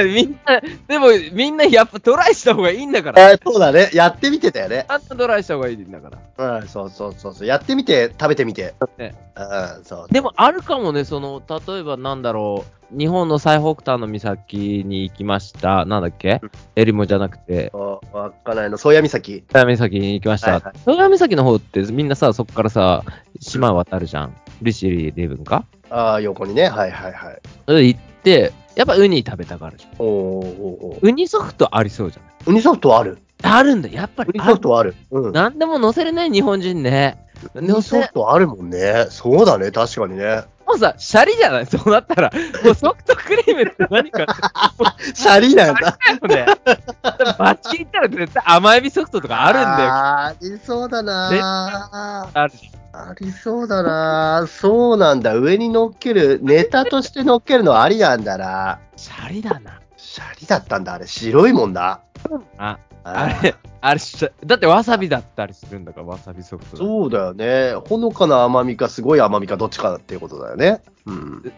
S2: い。
S1: みんな、でもみんなやっぱトライした方がいいんだから。
S2: あそうだね。やってみてたよね。
S1: あんたトライした方がいいんだから。
S2: うん、そうそうそうそう。やってみて、食べてみて。
S1: ね
S2: うん、そう。
S1: でもあるかもね、その、例えばなんだろう、日本の最北端の岬に行きました。なんだっけエリモじゃなくて、
S2: そう稚内の宗谷岬。
S1: 宗谷岬に行きまし
S2: は
S1: た
S2: いは。
S1: 宗谷岬の方ってみんなさ、そこからさ、島渡るじゃん。利尻でブンか
S2: ああ、横にね。はいはいはい。
S1: で行って、やっぱウニ食べたがるじゃん。
S2: おーおーおー
S1: ウニソフトありそうじゃん。
S2: ウニソフトはある。
S1: あるんだ、やっぱり
S2: ウニ
S1: あ
S2: ソ
S1: る
S2: フ。トはある。うん。
S1: なんでも乗せれない日本人ね。
S2: ウニ
S1: 乗せ
S2: ソ、フトあるもんね。そうだね。確かにね。
S1: もうさ、シャリじゃないそうなったら、もうソフトクリームって何かって
S2: シャリなんだ。
S1: もうね、バッチリ言ったら絶対甘エビソフトとかあるんだよ。
S2: あーありそうだな
S1: あるじ
S2: ありそうだなそうなんだ。上に乗っける、ネタとして乗っけるのはありなんだな
S1: ゃんシャリだな。
S2: シャリだったんだ。あれ、白いもんだ。
S1: あ、あ
S2: ー
S1: れ、あれしゃ、だってわさびだったりするんだから、わさびソフトだ。
S2: そうだよね。ほのかな甘みか、すごい甘みか、どっちかっていうことだよね。うん。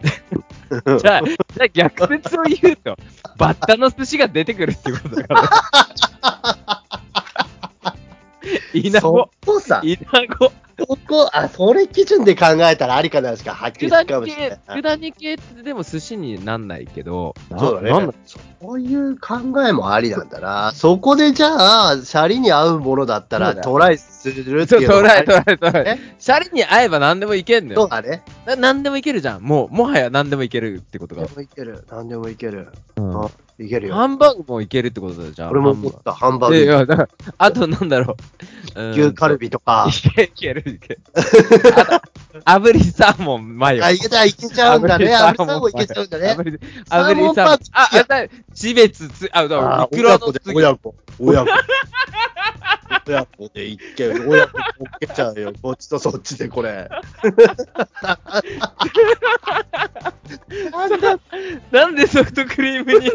S1: じゃあ、じゃあ逆説を言うと、バッタの寿司が出てくるっていうことだから。 イナゴ
S2: そ、こさ、
S1: イナゴ。
S2: そこ、あ、それ基準で考えたらありかなしか、はっきりす
S1: 佃
S2: るかも
S1: 煮
S2: しれ
S1: 系、
S2: ない。
S1: 佃煮系ってでも寿司になんないけど、な
S2: そうだ
S1: なん
S2: ね。そういう考えもありなんだな。そこでじゃあ、シャリに合うものだった
S1: そ
S2: ら
S1: うだよ
S2: トライするって
S1: そう
S2: いうの
S1: ト
S2: もあ
S1: ラ
S2: り
S1: イトライトライ
S2: え。
S1: シャリに合えば何でもいけんの
S2: そう
S1: よ。
S2: だね。
S1: な何でもいけるじゃん。もう、もはや何でもいけるってこと
S2: 何
S1: が
S2: で。もいける。何でもいける。
S1: うん
S2: あいける
S1: ハ
S2: よ。
S1: ンバーグもいけるってことだじゃん。
S2: 俺も思った。ハン
S1: ハ
S2: バ
S1: ンバーグ。い
S2: ーグ、
S1: や、だからあとなんだろう。
S2: 牛カル
S1: ビ。
S2: ビとか。
S1: いけるいけるいける。あと炙りサーモン、マヨ。
S2: あ、いけた、いけちゃうんだね。
S1: 炙りサ
S2: 炙り
S1: ーモン
S2: サーモンいけちゃうんだね
S1: 炙。り
S2: サ
S1: 炙
S2: ーモ
S1: り
S2: ン
S1: サー
S2: パン
S1: モン。あ、
S2: いや
S1: あだ、チベツ、つあ、だから、
S2: あー
S1: ミクロ
S2: 親
S1: の
S2: 子で、
S1: 次
S2: 親子、親子。 親子でいける。親子で乗っけちゃうよ。こっちとそっちでこれ。なんだ
S1: なんでソフトクリームに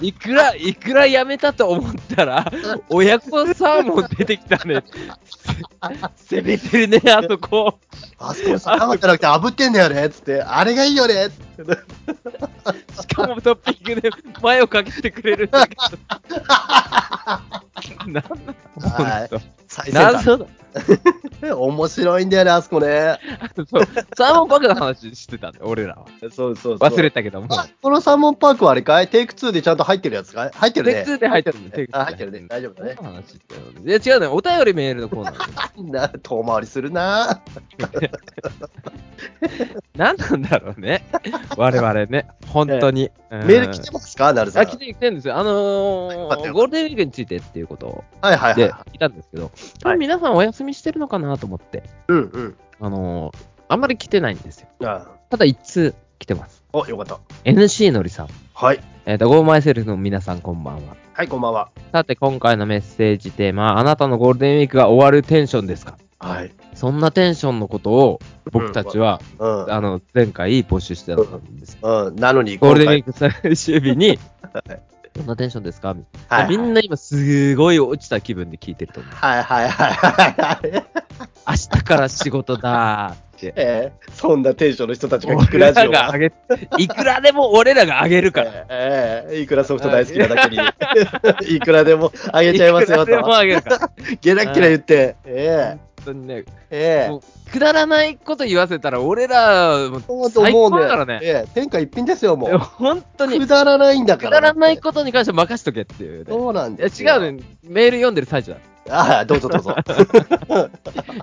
S1: いくら、いくらやめたと思ったら、親子サーモン出てきたね。せ攻めてるね、あそこ。
S2: あそこ魚じゃなくて炙ってんだよねっつって、あれがいいよねっつって。
S1: しかもトッピングで前をかけてくれるんだけ ど。なん
S2: は
S1: だ
S2: い
S1: ほんと
S2: 最先
S1: 謎だ。
S2: 端。面白いんだよね、あそこね。
S1: そうサーモンバカの話してたん だよ、俺らは。
S2: そうそうそう。
S1: 忘れたけども。
S2: あこのサーモンパークはあれかいテイク2でちゃんと入ってるやつかい入ってる
S1: テ
S2: ね。
S1: イク2で入ってるねテイク2
S2: あ入ってるね。大丈夫だね。
S1: 何の話してたのいや違うね、お便りメールのコーナーだよ。
S2: な遠回りするな。
S1: 何なんだろうね。我々ね、本当に。うん
S2: メール来てますかなるさ
S1: あ、
S2: ん。
S1: 来て来てるんですよ。あの
S2: かった
S1: ー、
S2: よ
S1: ゴールデンウィークについてっていうこと
S2: はいはいはい
S1: で
S2: はい。
S1: 聞いたんですけど、多分皆さんお休みしてるのかなと思って、
S2: うんうん。
S1: あのー、あんまり来てないんですよ。
S2: あ
S1: ただ一通来てます。
S2: お、よかった。
S1: NC のりさん。
S2: はい。
S1: えっ、と、ゴーマイセルフの皆さんこんばんは。
S2: はい、こんばんは。
S1: さて、今回のメッセージテーマ、あなたのゴールデンウィークが終わるテンションですか
S2: はい。
S1: そんなテンションのことを僕たちは、
S2: うん。
S1: あの、前回募集してたんです。
S2: うん、なのに、
S1: ゴールデンウィ
S2: 今
S1: ーク最終日に
S2: い、
S1: そんなテンションですかみたい
S2: 回
S1: なみんな今すごい落ちた気分で聞いてると思う。
S2: はいはいはいはいはい。
S1: 明日から仕事だーって。
S2: えー そんなテンションの人たちが聞くラジオ
S1: 俺らが
S2: は
S1: 上。げいくらでも俺らが上げるから。
S2: えーえーいくらソフト大好きなだけ に、いくらでもあげちゃいますよ
S1: くらでも
S2: と、
S1: 上げるから。
S2: ゲラッゲラ言って、え
S1: 本当にね、
S2: ええ
S1: も
S2: え
S1: うくだらないこと言わせたら俺らも
S2: そうと思う
S1: 最高だから
S2: ね
S1: ね
S2: ええ天下一品ですよ、もう。
S1: 本当に
S2: くだらないんだか
S1: く
S2: ら。
S1: だらないことに関しては任しとけっていうね。
S2: そうなん
S1: いや
S2: ですよ
S1: 違うね、メール読んでる最中だ。
S2: ああ、どうぞどうぞ。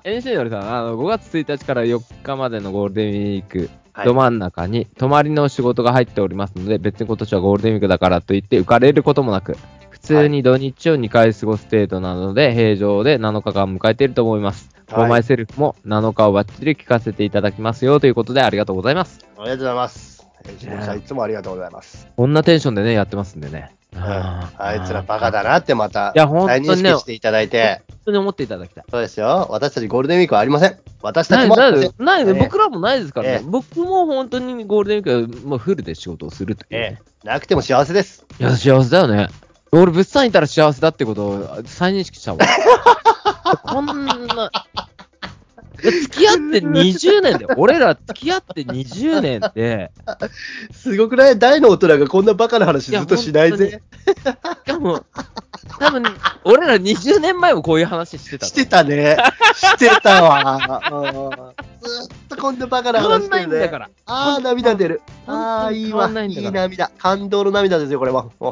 S1: NC のりさん、あの5月1日から4日までのゴールデンウィーク、
S2: はい
S1: ど真ん中に泊まりの仕事が入っておりますので、別に今年はゴールデンウィークだからといって浮かれることもなく、普通に土日を2回過ごす程度なので、平常で7日間迎えていると思います。
S2: はい
S1: マイセルフも7日をバッチリ聞かせていただきますよということでありがとうございます。
S2: ありがとうございます。編集者いつもありがとうございます。
S1: こんなテンションでね、やってますんでね。
S2: うんあいつらバカだなってまた、
S1: いや本当にね
S2: 再認識していただいて、
S1: 本当に思っていただきたい。
S2: そうですよ。私たちゴールデンウィークはありません。私た
S1: な
S2: ち
S1: い、
S2: もあ
S1: な
S2: りません
S1: い、。ない
S2: ええ
S1: 僕らもないですからね
S2: え。え
S1: 僕も本当にゴールデンウィークはもうフルで仕事をするという、
S2: え
S1: ね。
S2: え、なくても幸せです。
S1: いや、幸せだよね。俺、物産いたら幸せだってことを再認識したわ。こんな、付き合って20年で、 俺ら付き合って20年で、
S2: すごくない大の大人がこんなバカな話ずっとしない
S1: いや
S2: ぜ。
S1: しかも、多分、俺ら20年前もこういう話してたの。
S2: して たね。してたわ。うんずっとこんなバカな
S1: 変わ
S2: 話
S1: ん
S2: し
S1: ない
S2: てる
S1: んだ
S2: ね
S1: か。ら。
S2: ああ、涙出る。
S1: 本
S2: ああ、
S1: 当に
S2: いい
S1: 変わ
S2: わ
S1: ん。ないん
S2: い
S1: だから
S2: い涙。感動の涙ですよ、これは。 もう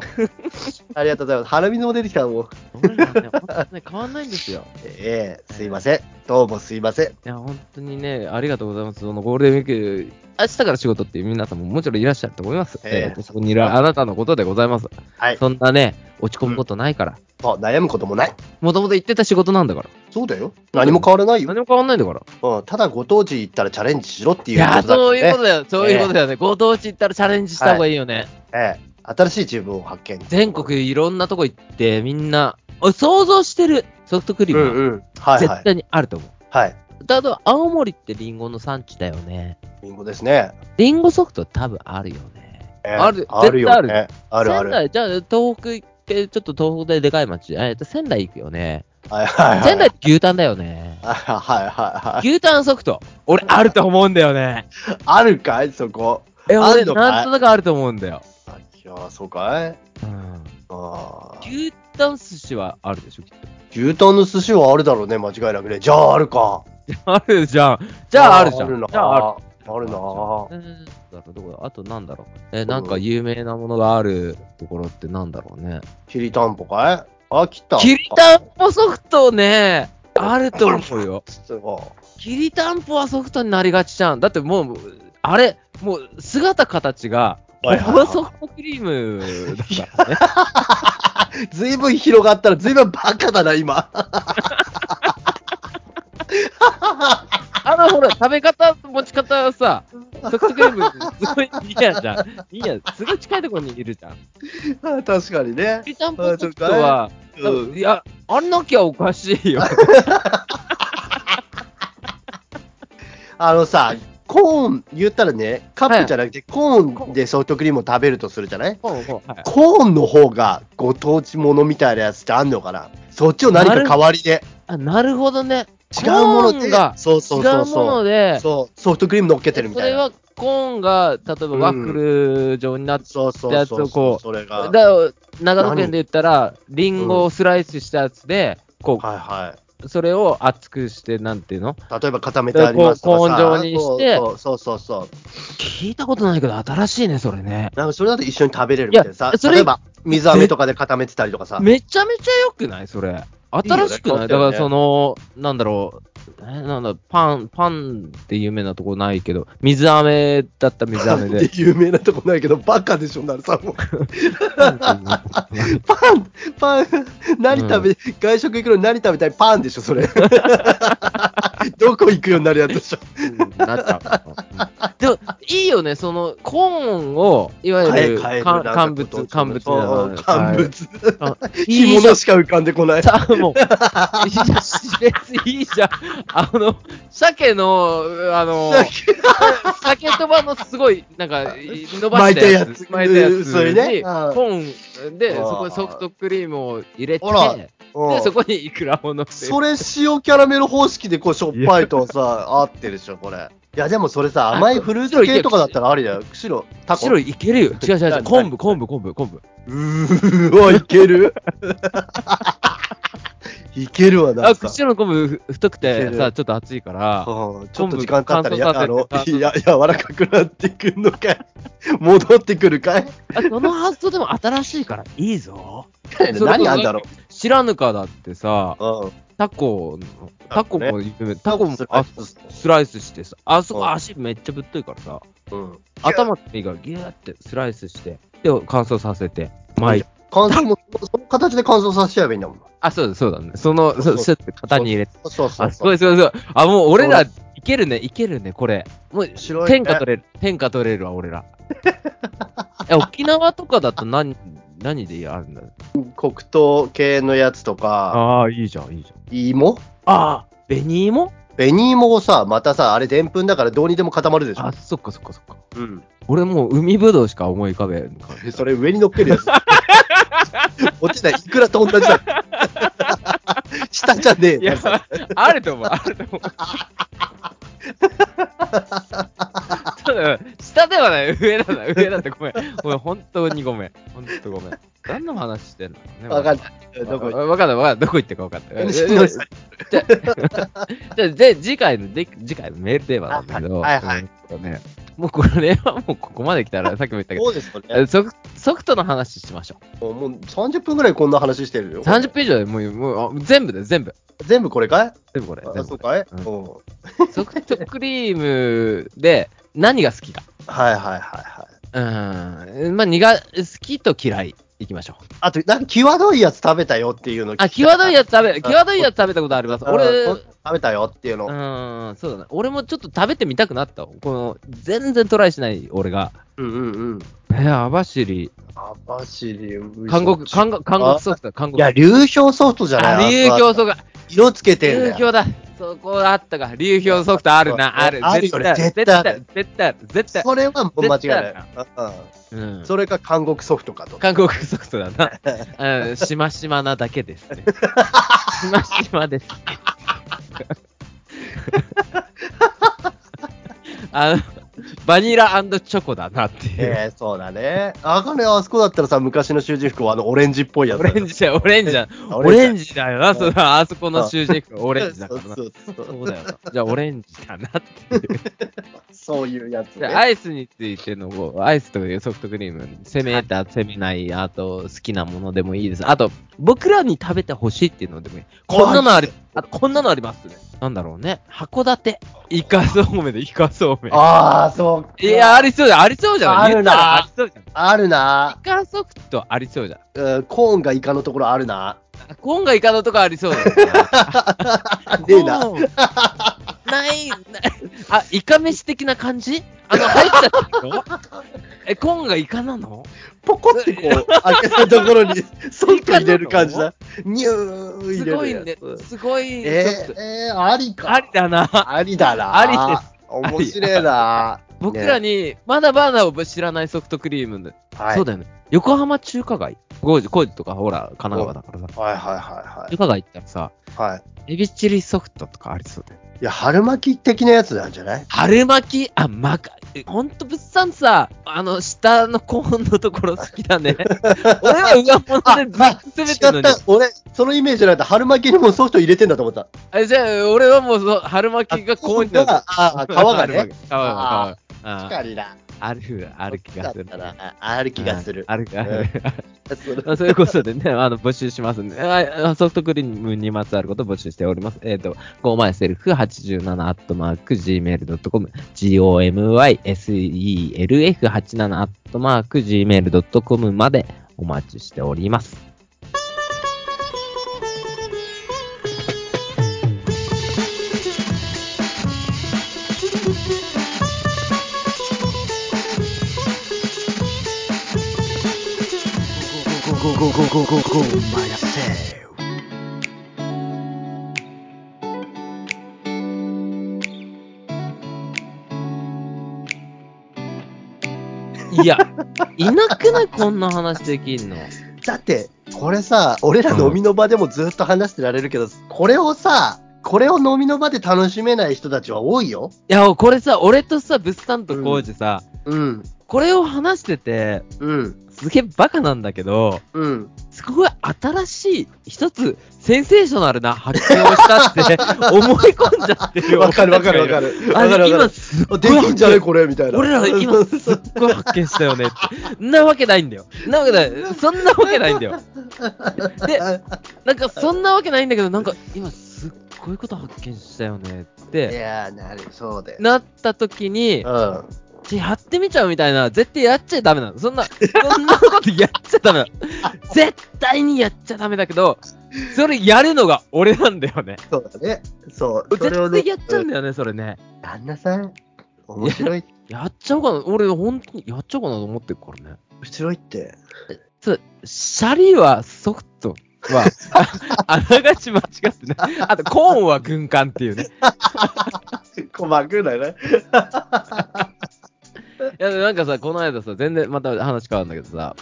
S2: ありがとうございます。鼻水も出てきたもう。
S1: 俺らね、本当にね変わんないんですよ。
S2: ええすいません。どうもすいません。
S1: いや、本当にね、ありがとうございます。そのゴールデンウィーク、明日から仕事っていう皆さんももちろんいらっしゃると思います。
S2: ええ
S1: えーそこにいるあなたのことでございます。
S2: はい。
S1: そんなね、落ち込むことないから。
S2: そう悩むこともない。
S1: もともと言ってた仕事なんだから。
S2: そうだよ。何も変わらないよ。
S1: 何も変わんないんだから。
S2: うん、ただご当地行ったらチャレンジしろって
S1: い
S2: いうこと
S1: や、
S2: だからね
S1: そういうことだよ。そういうことだよね。ご当地行ったらチャレンジした方がいいよね。
S2: ええ新しい自分を発見。
S1: 全国いろんなとこ行って、みんな、お想像してるソフトクリ
S2: う
S1: ームは、
S2: んうん。はいは
S1: 絶
S2: い。
S1: 対にあると思う。
S2: はい。
S1: だと、青森ってリンゴの産地だよね。
S2: リンゴですね。
S1: リンゴソフト多分あるよね。
S2: ええ
S1: ある
S2: あるよね。あるあ
S1: 仙
S2: る。
S1: 台、じゃあ、東北行って、ちょっと東北ででかい町、えっと、仙台行くよね。
S2: はいはいはい。
S1: 仙台って牛タンだよね。
S2: はいはいはいはい。
S1: 牛タンソフト。俺、あると思うんだよね。
S2: あるかいそこ。
S1: え、
S2: あ
S1: 俺、
S2: んのかい
S1: なんとなくあると思うんだよ。
S2: あいやー、そうかい
S1: うん
S2: あー
S1: 牛タン寿司はあるでしょ、きっと。
S2: 牛タンの寿司はあるだろうね、間違いなくね。じゃああるか。
S1: あるじゃん。じゃあ、あるじゃ
S2: ある
S1: ん。
S2: な。
S1: じゃあ、あ
S2: ある
S1: る。え
S2: な。
S1: ーだからどこだあとなんだろうえーなんか有名なものがあるところってなんだろうね
S2: きりたんぽかいあ、切った。
S1: きりたんぽソフトねあると思うよ
S2: すごい。
S1: きりたんぽはソフトになりがちじゃん。だってもう、あれ、もう姿形が、
S2: はいはいはい
S1: ソフトクリームだからね。
S2: ずいぶん広がったら、ずいぶんバカだな、今。
S1: あのほら、食べ方、持ち方はさ、ソフトクリーム、すごいリアじゃん。リア、すごい近いところにいるじゃん。き
S2: 確かにね。
S1: りたんぽソフトは、
S2: うん
S1: いや、あんなきゃおかしいよ。
S2: あのさ、コーン、言ったらね、カップじゃなくて、コーンでソフトクリームを食べるとするじゃない
S1: ほうほうはい
S2: コーンの方がご当地ものみたいなやつってあんのかなそっちを何か代わりで、
S1: あなるほどね。
S2: 違うもの
S1: コー
S2: で
S1: ンが、
S2: そう
S1: 違
S2: そううそう
S1: も
S2: そ
S1: の
S2: う
S1: で、そ
S2: そう、ソフトクリーム乗っけてるみたい
S1: れ
S2: な。
S1: はコーンが、例えばワッフル状になって
S2: そうそう
S1: やつ
S2: そ
S1: を
S2: うそ
S1: こ
S2: う、
S1: う
S2: それが。はい
S1: だから長野県で言ったら、リンゴをスライスしたやつで、こ
S2: は
S1: う、それを厚くして、なんていうの
S2: い。例えば固めてありますと
S1: こ
S2: かさ。
S1: うコーン状にして
S2: そうそうそうそうそう。
S1: 聞いたことないけど、新しいね、それね。
S2: なんかそれだと一緒に食べれるみたいなさ
S1: いや。それ
S2: 例えば、水飴とかで固めてたりとかさ。
S1: めちゃめちゃ良くないそれ。新しくないだか
S2: いいよね変わったよ
S1: ら、
S2: ね。
S1: その、なんだろう、えなんだ、パン、パンって有名なとこないけど、水飴だった水飴で
S2: 有名なとこないけど、バカでしょ、なるさんも。
S1: パンっていうの
S2: パン、パン、何食べ、外食行くのに何食べたいパンでしょ、それ。どこ行くようになるやつでしょ。
S1: うんなっちゃううんでも、いいよね、その、コーンを、いわゆる、
S2: 買え
S1: かん
S2: 買え
S1: 乾物、乾物だよ
S2: そう
S1: ね。
S2: 乾物。
S1: い
S2: 干
S1: いじゃん
S2: 物しか浮かんでこない。
S1: さあ、もう、いいじゃん、しれついいじゃん。あの、鮭の、あの、鮭とばのすごい、なんか、い伸ばしたやつ、
S2: 巻
S1: 巻
S2: い
S1: い
S2: た
S1: た
S2: や
S1: や
S2: つ
S1: つ
S2: それね
S1: に、ポンで、
S2: あー
S1: そこにソフトクリームを入れて、
S2: あら
S1: で、
S2: うん
S1: そこにいくらものって。
S2: それ塩キャラメル方式でこうしょっぱいとさ、合ってるでしょ、これ。いや、でもそれさ、甘いフルーツ系とかだったらありだよ。白、タコ。
S1: 白いけるよ。違う違う違う。昆布、昆布、昆布、昆布。
S2: うーわ、いけるいけるわ、な
S1: あ、
S2: んか。
S1: 口の昆布、太く
S2: いけ
S1: て
S2: る
S1: さ、ちょっと熱いから、
S2: うんちょっと時間経った
S1: 昆
S2: ら
S1: 布
S2: や、あの
S1: 乾燥させ、て
S2: や、柔らかくなってくんのかい 戻ってくるかい
S1: あその発想でも新しいからいいぞ。それ
S2: 何あんだろ
S1: 知らぬかだってさ、
S2: う。うん。
S1: タコの、タコも有名、タコも
S2: スライ
S1: あ
S2: ス
S1: スライスしてさ、あそうこ
S2: ん
S1: 足めっちゃぶっといからさ、
S2: うん。
S1: 頭の身がギューってスライスして、で、乾燥させて、巻いて。
S2: 乾燥も、その形で乾燥させちゃえばいいんだもん。
S1: あ、そうだ、そうだね。その、そうスッて型に入れて。
S2: そうそうそう
S1: あ、すごい、すごい、すごい。あ、もう俺ら、いけるね、いけるね、これ。もう、
S2: 白いね
S1: 天下取れる。天下取れるわ、 俺ら。え、沖縄とかだと何、何でやるんだ
S2: 黒糖系のやつとか、
S1: ああ、いいじゃん、いいじゃん。
S2: 芋
S1: ああ、紅芋
S2: 紅芋をさ、またさ、あれ、でんぷんだからどうにでも固まるでしょ
S1: あ、。そっかそっかそっか。
S2: うん。
S1: 俺もう海ぶどうしか思い浮かべんから。
S2: それ上に乗っけ るやつ。落ちない。いくらと同じだ。 下じゃね
S1: い
S2: えよ
S1: や。、あると思う、あると思う。ただ、下ではない、上なんだ、上なんだ、ごめん。ごめん、本当にごめん。本当ごめん。何の話してんのね
S2: わかん
S1: い。
S2: ない。ど
S1: わ
S2: こ。
S1: わかんない、わかんない。どこ行ったかわかんないじゃあ、じゃあで次回ので、次回のメールテーマなんだけど、
S2: はいはいはい
S1: うんね、もうこれはもうここまで来たら、さっきも言ったけ
S2: そうですよね
S1: ど、。ソフソフトの話しましょ
S2: もうもう30分ぐらいこんな話してるよ。
S1: う。30分以上でもう、もうあ全部で、全部。
S2: 全部これかい
S1: 全部これ。全
S2: あ、
S1: 部
S2: そ
S1: こ
S2: う
S1: れ
S2: かい、
S1: うん
S2: うん、はい
S1: ソフトクリームで何が好きか。
S2: はいはいはい。
S1: うーん。まあ、苦、好きと嫌い。いきましょう。
S2: あと、なんか、際どいやつ食べたよっていうの聞きた
S1: あ、際どいや
S2: つ。
S1: つ食べ、際どいやつ食べたことあります。
S2: うん
S1: 俺、
S2: こん
S1: う
S2: 食べたよっていうの。
S1: ーん、そうだね。俺もちょっと食べてみたくなった。この、全然トライしない俺が。
S2: うんうんうん。
S1: え、網走、
S2: あばしり、
S1: 韓国、韓国、韓国ソフト、韓
S2: いや、
S1: 国。
S2: 流氷ソフトじゃない
S1: あ、流
S2: あ
S1: 氷ソフト、
S2: 色つけてんだ
S1: 流
S2: よ。
S1: 氷だ。そこあったか。流氷ソフトあるな、ある。
S2: ある
S1: 絶
S2: よ
S1: 対ある、
S2: 絶
S1: 絶
S2: 対
S1: 対
S2: あ
S1: あ
S2: る
S1: る、絶対ある、絶対あ
S2: それはもう間違いない
S1: 絶。
S2: う
S1: る。うん
S2: んそれか韓国ソフトかと。
S1: 韓国ソフトだな。うん、しましまなだけですね。しましま です。あの、バニラチョコだなっていう。
S2: ええそうだね。あかね、あそこだったらさ、昔の囚人服はあのオレンジっぽいやつ
S1: オ
S2: だ
S1: レ
S2: よ。
S1: ンジじゃん、オレンジじゃん。
S2: あ
S1: オ
S2: オレ
S1: レ
S2: ン
S1: ン
S2: ジ
S1: ジだよな、そのあそこの習字服、オレンジだからな。
S2: そうそうそう
S1: そうだよな。じゃあ、オレンジだなって。
S2: そういうやつ、
S1: で
S2: ね。
S1: アイスについてのこうアイスとかいうソフトクリーム、攻めた、攻めない、あと好きなものでもいいです。あと、僕らに食べてほしいっていうのでもいい。こんなのあり、あとこんなのありますね。なんだろうね。函館。イカそうめんで、イカそうめん。
S2: ああ、そうか。
S1: いや、ありそうじゃん、ありそうじゃん。
S2: ある
S1: 言っ
S2: な
S1: たらありそうじゃん。イ
S2: あるな、
S1: カソフトありそうじゃん。
S2: うん。コーンがイカのところあるな。
S1: あコーンがイカのとこありそうだよな。
S2: ねえな。
S1: おー。ない、ない。あ、イカ飯的な感じあの、入っちゃった のえ、コーンがイカなの
S2: ポコってこう、開けたところ に、そっと入れる感じだ。ニュー入れるやつ。
S1: すごいね。すごい。
S2: え
S1: ちょっ
S2: ー、
S1: と
S2: えー、ありか。
S1: ありだな。
S2: ありだな。。
S1: ありです
S2: 面白いな。
S1: 僕ら
S2: ね、
S1: に、まだまだ知らないソフトクリームで。
S2: はい、
S1: そうだよね。横浜中華街。工事、工事とか、ほら、神奈川だからさ。
S2: はいはいは
S1: 中華街行ったらさ、
S2: いはい。はい。
S1: エビチリソフトとかありそうだよ。
S2: いや、春巻き的なやつなんじゃない
S1: 春巻き、あ、まか、えほんと物産さ、あの、下のコーンのところ好き だね。俺は上物でずっと攻
S2: 違
S1: め
S2: って
S1: るのに
S2: た。。俺、そのイメージじゃないと、春巻きにもソフト入れてんだと思った。
S1: あじゃあ、俺はもうそう、春巻きがコーンになる。
S2: ああ、皮が
S1: 春
S2: ね
S1: 巻。き。皮が、皮
S2: 確
S1: が。
S2: かにな。
S1: ある、ある気がする。
S2: だったなあある気がする。
S1: ある気がする。
S2: する
S1: ま あそういうことでね、あの募集しますね。ああソフトクリームにまつわることを募集しております。えっ、ー、と、gomiself87-gmail.com、gomiself87-gmail.com までお待ちしております。
S2: ゴーゴーゴーゴーゴーゴーゴーマイナスセー
S1: いや、いなくないこんな話できんの。
S2: フだって、これさ、俺ら飲みの場でもずっと話してられるけど、これをさ、これを飲みの場で楽しめない人たちは多いよ。
S1: いや、これさ、俺とさ、ブスさんとコウジさ、
S2: うん、
S1: これを話してて、
S2: うん、
S1: すげえバカなんだけど、
S2: うん。
S1: すごい新しい、一つ、センセーショナルな発見をした って、思い込んじゃってるよ。
S2: わかるわかるわかる。わか
S1: あ
S2: る
S1: れ、
S2: わか
S1: 今
S2: る。
S1: すっご
S2: あ
S1: い
S2: できんじゃね
S1: 発
S2: これみたい
S1: 見
S2: な。
S1: 俺ら 今すっごい発見したよねって。んなわけないんだよ。んなわけない。そんなわけないんだよ。で、なんかそんなわけないんだけど、なんか今すっごいこと発見したよねっ
S2: い
S1: て、
S2: やー、なる、そうだよ。
S1: なった時に、
S2: うん。
S1: ちやってみちゃうみたいな、絶対やっちゃダメなの。そんな、そんなことやっちゃダメ なの。絶対にやっちゃダメだけど、それやるのが俺なんだよね。
S2: そうだね。そう。それを
S1: 絶
S2: ね
S1: 対やっちゃうんだよね、それね。
S2: 旦那さん、面白い、
S1: やっちゃおうかな。俺、本当にやっちゃおうかなと思ってるからね。
S2: 面白いって。
S1: そう、シャリはソフトは、ああながち間違ってない。あと、コーンは軍艦っていうね。
S2: 細くないね。
S1: いや、でもなんかさ、この間さ、全然、また話変わるんだけどさ、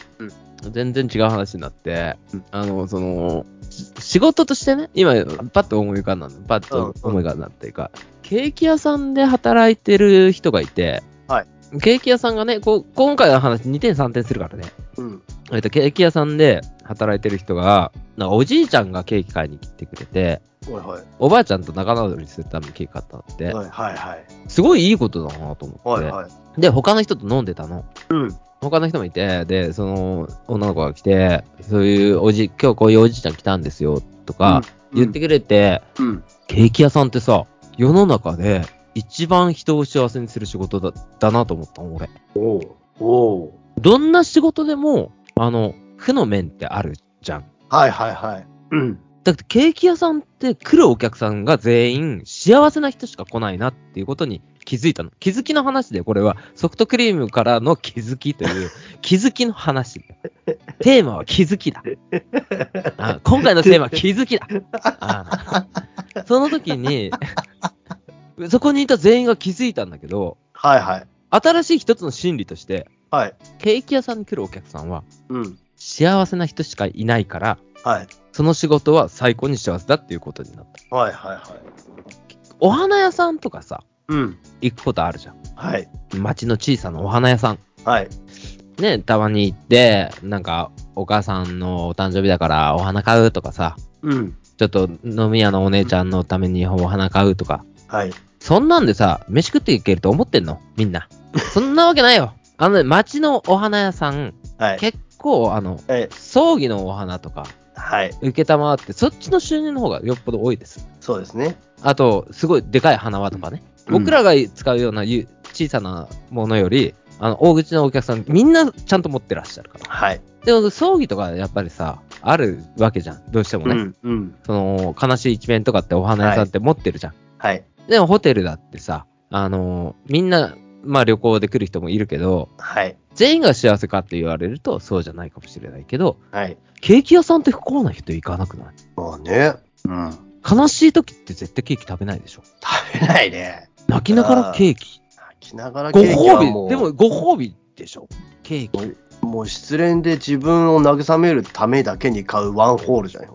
S1: 全然違う話になって、
S2: うん
S1: あの、その、し仕事としてね、今、パッと思い浮かんだの。パッと思い浮かんだっていうか、ケーキ屋さんで働いてる人がいて、
S2: はい
S1: ケーキ屋さんがね、こう今回の話2点3点するからね、
S2: うん。
S1: えっと、ケーキ屋さんで働いてる人が、なんかおじいちゃんがケーキ買いに来てくれて、
S2: は
S1: おばあちゃんと仲直りするためにケーキ買ったのっ
S2: い
S1: て、
S2: はい。はいはい。
S1: すごいいいことだなと思って、
S2: はいはい。
S1: で、他の人と飲んでたの。
S2: うん。
S1: 他の人もいて、で、その女の子が来て、そういうおじ、今日こういうおじいちゃん来たんですよとか
S2: うん
S1: 言ってくれて、
S2: うん。
S1: ケーキ屋さんってさ、世の中で一番人を幸せにする仕事だだなと思ったの、俺。
S2: おうおう
S1: どんな仕事でも、あの、負の面ってあるじゃん。
S2: はいはいはい。うん。
S1: だってケーキ屋さんって来るお客さんが全員幸せな人しか来ないなっていうことに気づいたの。気づきの話で、これはソフトクリームからの気づきという気づきの話。テーマは気づきだ。あ今回のテーマは気づきだ。あその時に、そこにいた全員が気づいたんだけど、
S2: はいはい。
S1: 新しい一つの心理として、
S2: はい。
S1: ケーキ屋さんに来るお客さんは
S2: うん。
S1: 幸せな人しかいないから、
S2: はい。
S1: その仕事は最高に幸せだっていうことになった。
S2: はいはいはい。
S1: お花屋さんとかさ、
S2: うん。
S1: 行くことあるじゃん。
S2: はい。
S1: 街の小さなお花屋さん。
S2: はい。
S1: ね、たまに行って、なんか、お母さんのお誕生日だからお花買うとかさ、
S2: うん。
S1: ちょっと飲み屋のお姉ちゃんのためにお花買うとか。
S2: はい。
S1: そんなんでさ、飯食っていけると思ってんのみんな。そんなわけないよ。あのね、街のお花屋さん、
S2: はい。
S1: 結構、あの、
S2: はい。
S1: 葬儀のお花とか、
S2: はい。
S1: 受けたまわって、そっちの収入の方がよっぽど多いです。
S2: そうですね。
S1: あと、すごいでかい花輪とかね。
S2: うん
S1: 僕らが使うようなゆ小さなものより、あの、大口のお客さん、みんなちゃんと持ってらっしゃるから。
S2: はい。
S1: でも、葬儀とかやっぱりさ、あるわけじゃん。どうしても
S2: う
S1: ね。
S2: ん。うん。
S1: その、悲しい一面とかってお花屋さんって持ってるじゃん。
S2: はい。
S1: でも、ホテルだってさ、あのみんな、まあ旅行で来る人もいるけど、
S2: はい。
S1: 全員が幸せかって言われるとそうじゃないかもしれないけど、
S2: はい。
S1: ケーキ屋さんって不幸な人行かなくない
S2: まあね。うん。
S1: 悲しい時って絶対ケーキ食べないでしょ。
S2: 食べないね。
S1: 泣きながらケーキ。
S2: 泣きながらケ
S1: ご
S2: ーキは
S1: 褒
S2: も
S1: 美、
S2: う
S1: でもご褒美でしょ。ケーキ。
S2: もう失恋で自分を慰めるためだけに買うワンホールじゃない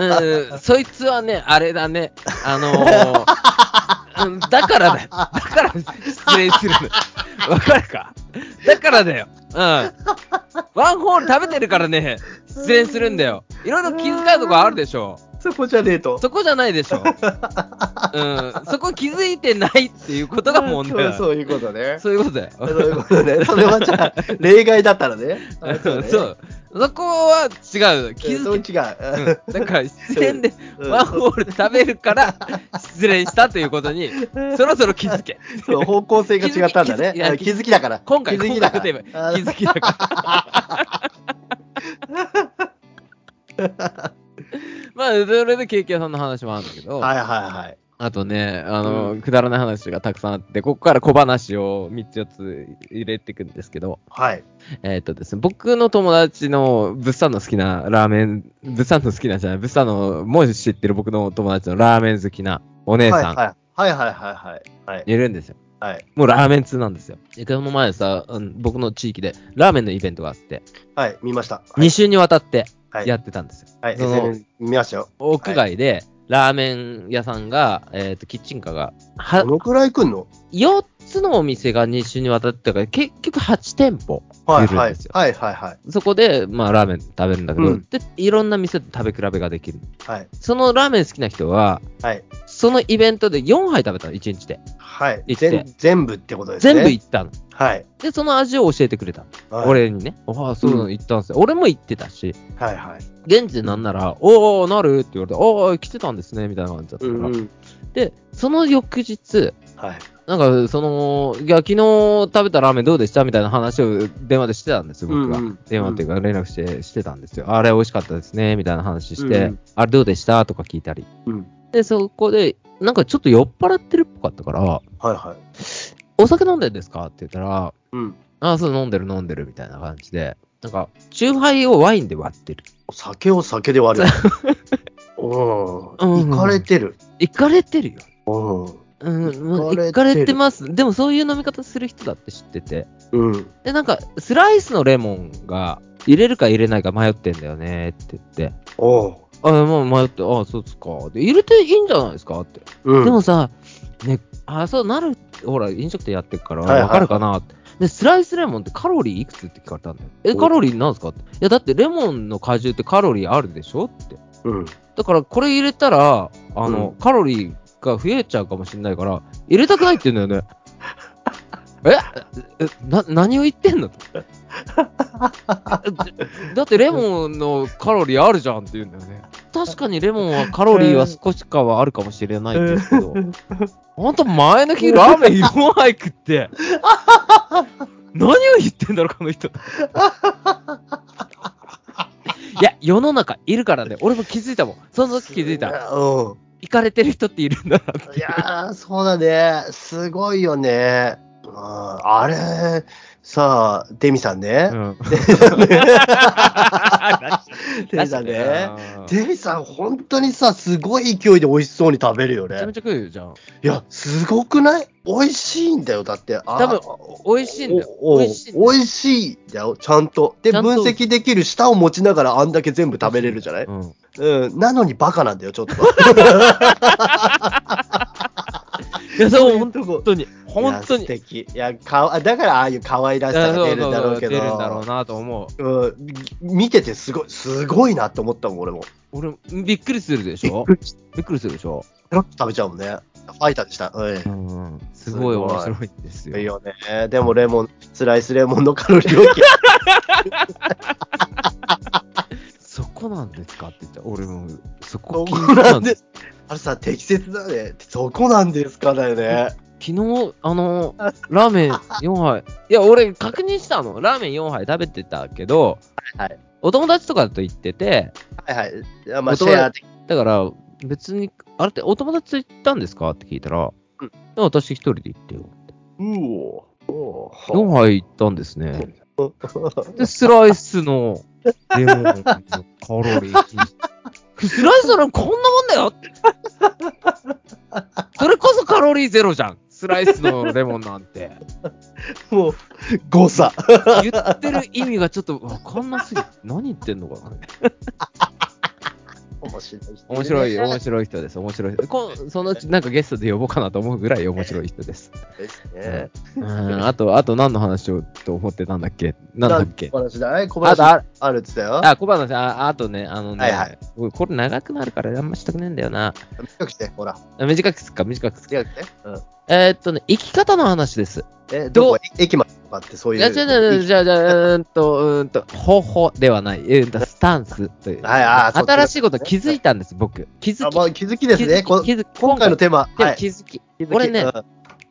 S1: うん、そいつはね、あれだね、あのーうん、だからだよ。だから失礼するの。わかるかだからだよ。うん。ワンホール食べてるからね、失礼するんだよ。いろいろ気遣うとこあるでしょ。
S2: そこじゃねえと
S1: そこじゃないでしょ。うん、そこ気づいてないっていうことが問題だよ。
S2: そうそういうことね。
S1: そういうことだよ。
S2: そういうことね。それはじゃあ、例外だったらね。あ
S1: そう
S2: ね
S1: そこは違う。気
S2: そう
S1: づけ
S2: 違う。
S1: うんだから失恋で
S2: うん
S1: ワンホール食べるから失恋したということにそろそろ気づけ。
S2: そう方向性が違ったんだ
S1: 気づきいや
S2: ね。気づきだから。
S1: 今回
S2: 気づ
S1: 今回
S2: きだ
S1: の
S2: か
S1: テー
S2: ら
S1: マ気。づきだから。まあそれでケーキ屋さんの話もあるんだけ
S2: あ
S1: ど、
S2: はいはいはい。
S1: あとねあの、
S2: う
S1: くだらない話がたくさんあってここから小話を3つ4つ入れていくんですけど、
S2: はい。
S1: えーっとですね、僕の友達の物産の好きなラーメン物産の好きなじゃない物産のもう知ってる僕の友達のラーメン好きなお姉
S2: はい
S1: さん
S2: はいはいはいはいはい。
S1: いるんですよ。
S2: はい。
S1: もうラーメン通なんですよ。でこの前さ、うん僕の地域でラーメンのイベントがあって、
S2: はい。見ました。
S1: 2週にわたって
S2: はい。
S1: やってたんですよ。
S2: はい。
S1: その
S2: SNS 見ましたよ。
S1: 屋外でラーメン屋さんが、えー、とキッチンカーがは
S2: どのくらい来んの
S1: 4つのお店が2週にわたってたから結局8店舗
S2: はい
S1: 来るん
S2: はい
S1: ですよ
S2: はいはいはい。
S1: そこで、まあ、ラーメン食べるんだけど、
S2: うん
S1: でいろんな店と食べ比べができる
S2: はい
S1: そのラーメン好きな人は
S2: はい。
S1: そのイベントで4杯食べたの1日で
S2: はい。
S1: 行って
S2: 全全部ってことですね。
S1: 全部行ったの
S2: はい。
S1: でその味を教えてくれたの、
S2: はい。
S1: 俺にねああそうなの行ったんですよ、俺も行ってたし
S2: はいはい。
S1: 現地でなんなら、おー、なるって言われて、おー、来てたんですね、みたいな感じだった
S2: う
S1: から。
S2: んうん。
S1: で、その翌日、
S2: はい。
S1: なんか、その、いや、昨日食べたラーメンどうでしたみたいな話を電話でしてたんですよ、僕が。
S2: うんうん
S1: 電話っていうか、連絡して、してたんですよ。あれ美味しかったですね、みたいな話して、
S2: うんうん
S1: あれどうでしたとか聞いたり。
S2: うん。
S1: で、そこで、なんかちょっと酔っ払ってるっぽかったから、
S2: はいはい。
S1: お酒飲んでんですかって言ったら、
S2: うん。
S1: ああ、そう、飲んでる飲んでるみたいな感じで、なんか、チューハイをワインで割ってる。
S2: 酒を酒 で割る。うん。
S1: うん
S2: いかれてる。
S1: いかれてるよ。
S2: うん。
S1: うん、
S2: イ
S1: い
S2: カ
S1: か
S2: れてる
S1: れてます。でもそういう飲み方する人だって知ってて。
S2: うん。
S1: で、なんか、スライスのレモンが入れるか入れないか迷ってんだよねって言って、
S2: おう。
S1: あもう迷って、ああ、そうっすか。で、入れていいんじゃないですかって。
S2: うん。
S1: でもさ、ね、あそうなる、ほら、飲食店やってるから、
S2: はいはい
S1: わかるかなって。で、スライスレモンってカロリーいくつって聞かれたんだよ。え、
S2: お
S1: カロリーなんですかって。いや、だってレモンの果汁ってカロリーあるでしょって。
S2: うん。
S1: だからこれ入れたら、あの、
S2: うん
S1: カロリーが増えちゃうかもしれないから、入れたくないって言うんだよね。ええな、何を言ってんの えだってレモンのカロリーあるじゃんって言うんだよね。確かにレモンはカロリーは少しかはあるかもしれないんですけ ど、あんた前の日ラーメン4杯食って、 何を言ってんだろう、この人。いや、世の中いるからね、俺も気づいたもん。その時気づいた。
S2: うん。
S1: 行かれてる人っているんだなって。
S2: いやー、そうだね。すごいよね。うんあれ、さあ、デミさんね。 デミさんね。デミさん、本当にさ、すごい勢いで美味しそうに食べるよ
S1: めちゃめ
S2: ね。
S1: ちゃ食うじゃん。
S2: いや、すごくない美味しいんだよ、だって。あ
S1: 多分美味しいんだよ
S2: おお
S1: 美味しいんだよ
S2: 美味しいんだよ、ちゃんと。で、
S1: ちゃん
S2: 分
S1: と
S2: 析できる舌を持ちながらあんだけ全部食べれるじゃない
S1: うん、
S2: うん。なのにバカなんだよ、ちょっと。
S1: いや、 そう、
S2: とこ
S1: 本当に、本当
S2: いや素
S1: に。
S2: 敵。いや、かわだからああいう可愛らしさが出るんだろうけど。
S1: 出るんだろうなと思う。
S2: うん、見ててすごい、すごいなって思ったもん、俺も。
S1: 俺、びっくりするでしょびっくりするでしょ
S2: ペロッと食べちゃうもんね。ファイターでした。う
S1: うん。すごい面白いんです
S2: ん。いい
S1: よ。
S2: よね。でもレモン、スライスレモンのカロリーを切る
S1: そこなんですかって言ったら俺も、そ
S2: そ
S1: こ気
S2: こ
S1: に
S2: な
S1: なんん
S2: で。
S1: です
S2: あれさ、適切だね。そこなんですかだよね。
S1: 昨日、あ の、ラーメン4杯。いや、俺、確認したの。ラーメン4杯食べてたけど、
S2: はい
S1: お友達とかと行ってて、
S2: はいはいあ。まあ、シ
S1: 元々
S2: ェア的。
S1: だから、別に、あれってお友達と行ったんですかって聞いたら、
S2: うん
S1: いや私一人で行ってよ。
S2: うおお
S1: 4
S2: う
S1: 杯行ったんですね。で、スライスのレモンのカロリー気にしてスライスのレモンこんなもんだよそれこそカロリーゼロじゃん。スライスのレモンなんて。
S2: もう、誤差。
S1: 言ってる意味がちょっとわかんなすぎて、何言ってんのかな。
S2: 面白い人ね。
S1: 面白い、面白い人です。面白い人。こんそのうちなんかゲストで呼ぼうかなと思うぐらい面白い人です。
S2: ですね。
S1: うん、あと、あと何の話をと思ってたんだっけなんだっけ
S2: 小話だい小
S1: あと
S2: 話
S1: あ
S2: あるって言ったよ。
S1: あ、小話、ああとね、あのね、
S2: はいはい
S1: 俺これ長くなるからあんましたくねえんだよな。
S2: 短くして、ほら。
S1: あ短くすっか、短くすっか。
S2: 短くして。うん。
S1: えー、っとね、生き方の話です。
S2: え、ど
S1: ど
S2: こ
S1: う
S2: 駅までとかってそうい。
S1: いうや、じゃじゃじゃじゃうーんと、うーんと、方法ではない、えーんと、スタンスという。
S2: はいあーそっち
S1: 新しいこと気づいたんです、僕。気づ
S2: あ
S1: き。
S2: まあ、気づきですね。
S1: 気づ
S2: こ
S1: き気づき
S2: 今回のテーマ。
S1: でも
S2: はい。
S1: 気づき、
S2: 気づき
S1: 俺ね
S2: うん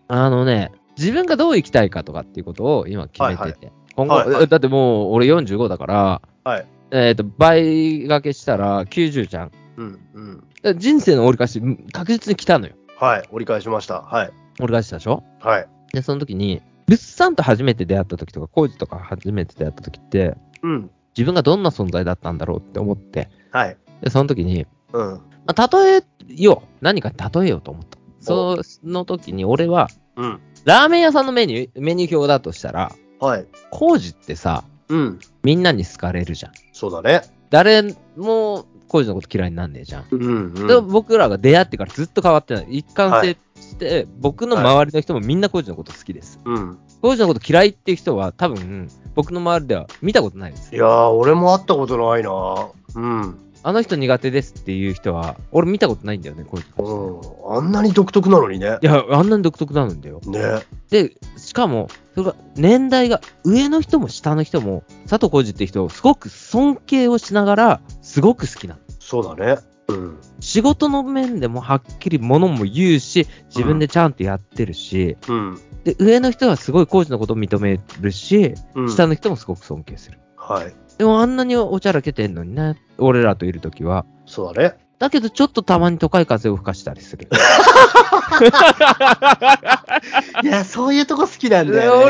S1: あのね、自分がどう生きたいかとかっていうことを今決めてて。
S2: はい
S1: 今後、
S2: はいはい
S1: えだってもう俺45だから、
S2: はい
S1: えーっと、倍掛けしたら90じゃん。だか
S2: うん。うん。
S1: ら人生の折り返し、うん確実に来たのよ。
S2: はい。折り返しました。はい。
S1: 折り返したでしょ
S2: はい。
S1: で、その時に、物産と初めて出会った時とか、工事とか初めて出会った時って、
S2: うん。
S1: 自分がどんな存在だったんだろうって思って、
S2: はい。
S1: で、その時に、
S2: うん。
S1: まあ、例えよう。何かに例えようと思った。その時に俺は、
S2: うん。
S1: ラーメン屋さんのメニュー、メニュー表だとしたら、
S2: はい。
S1: 工事ってさ、
S2: うん。
S1: みんなに好かれるじゃん。
S2: そうだね。
S1: 誰も工事のこと嫌いになんねえじゃん。
S2: うん。う
S1: で
S2: ん。
S1: 僕らが出会ってからずっと変わってない。一貫性して、僕の周りの人もみんな工事のこと好きです。
S2: うん、
S1: 工事のこと嫌いっていう人は多分、僕の周りでは見たことないです
S2: い。やー、俺も会ったことないな。うん。
S1: あの人苦手ですっていう人は、俺見たことないんだよね、こういう
S2: う
S1: 人。
S2: ん。あんなに独特なのにね
S1: い。や、あんなに独特なんだよ。
S2: ね。
S1: で、しかも、それが年代が上の人も下の人も、佐藤浩二って人をすごく尊敬をしながら、すごく好きなの。
S2: そうだね。うん。
S1: 仕事の面でもはっきりものも言うし、自分でちゃんとやってるし、
S2: うん。
S1: で、上の人はすごいコーチのことを認めるし、
S2: うん。
S1: 下の人もすごく尊敬する。
S2: はい。
S1: でもあんなにおちゃらけてんのにね、俺らといるときは。
S2: そうだね。
S1: だけどちょっとたまに都会風を吹かしたりす る。
S2: いや、そういうとこ好きなんだ
S1: だ
S2: よ、
S1: よ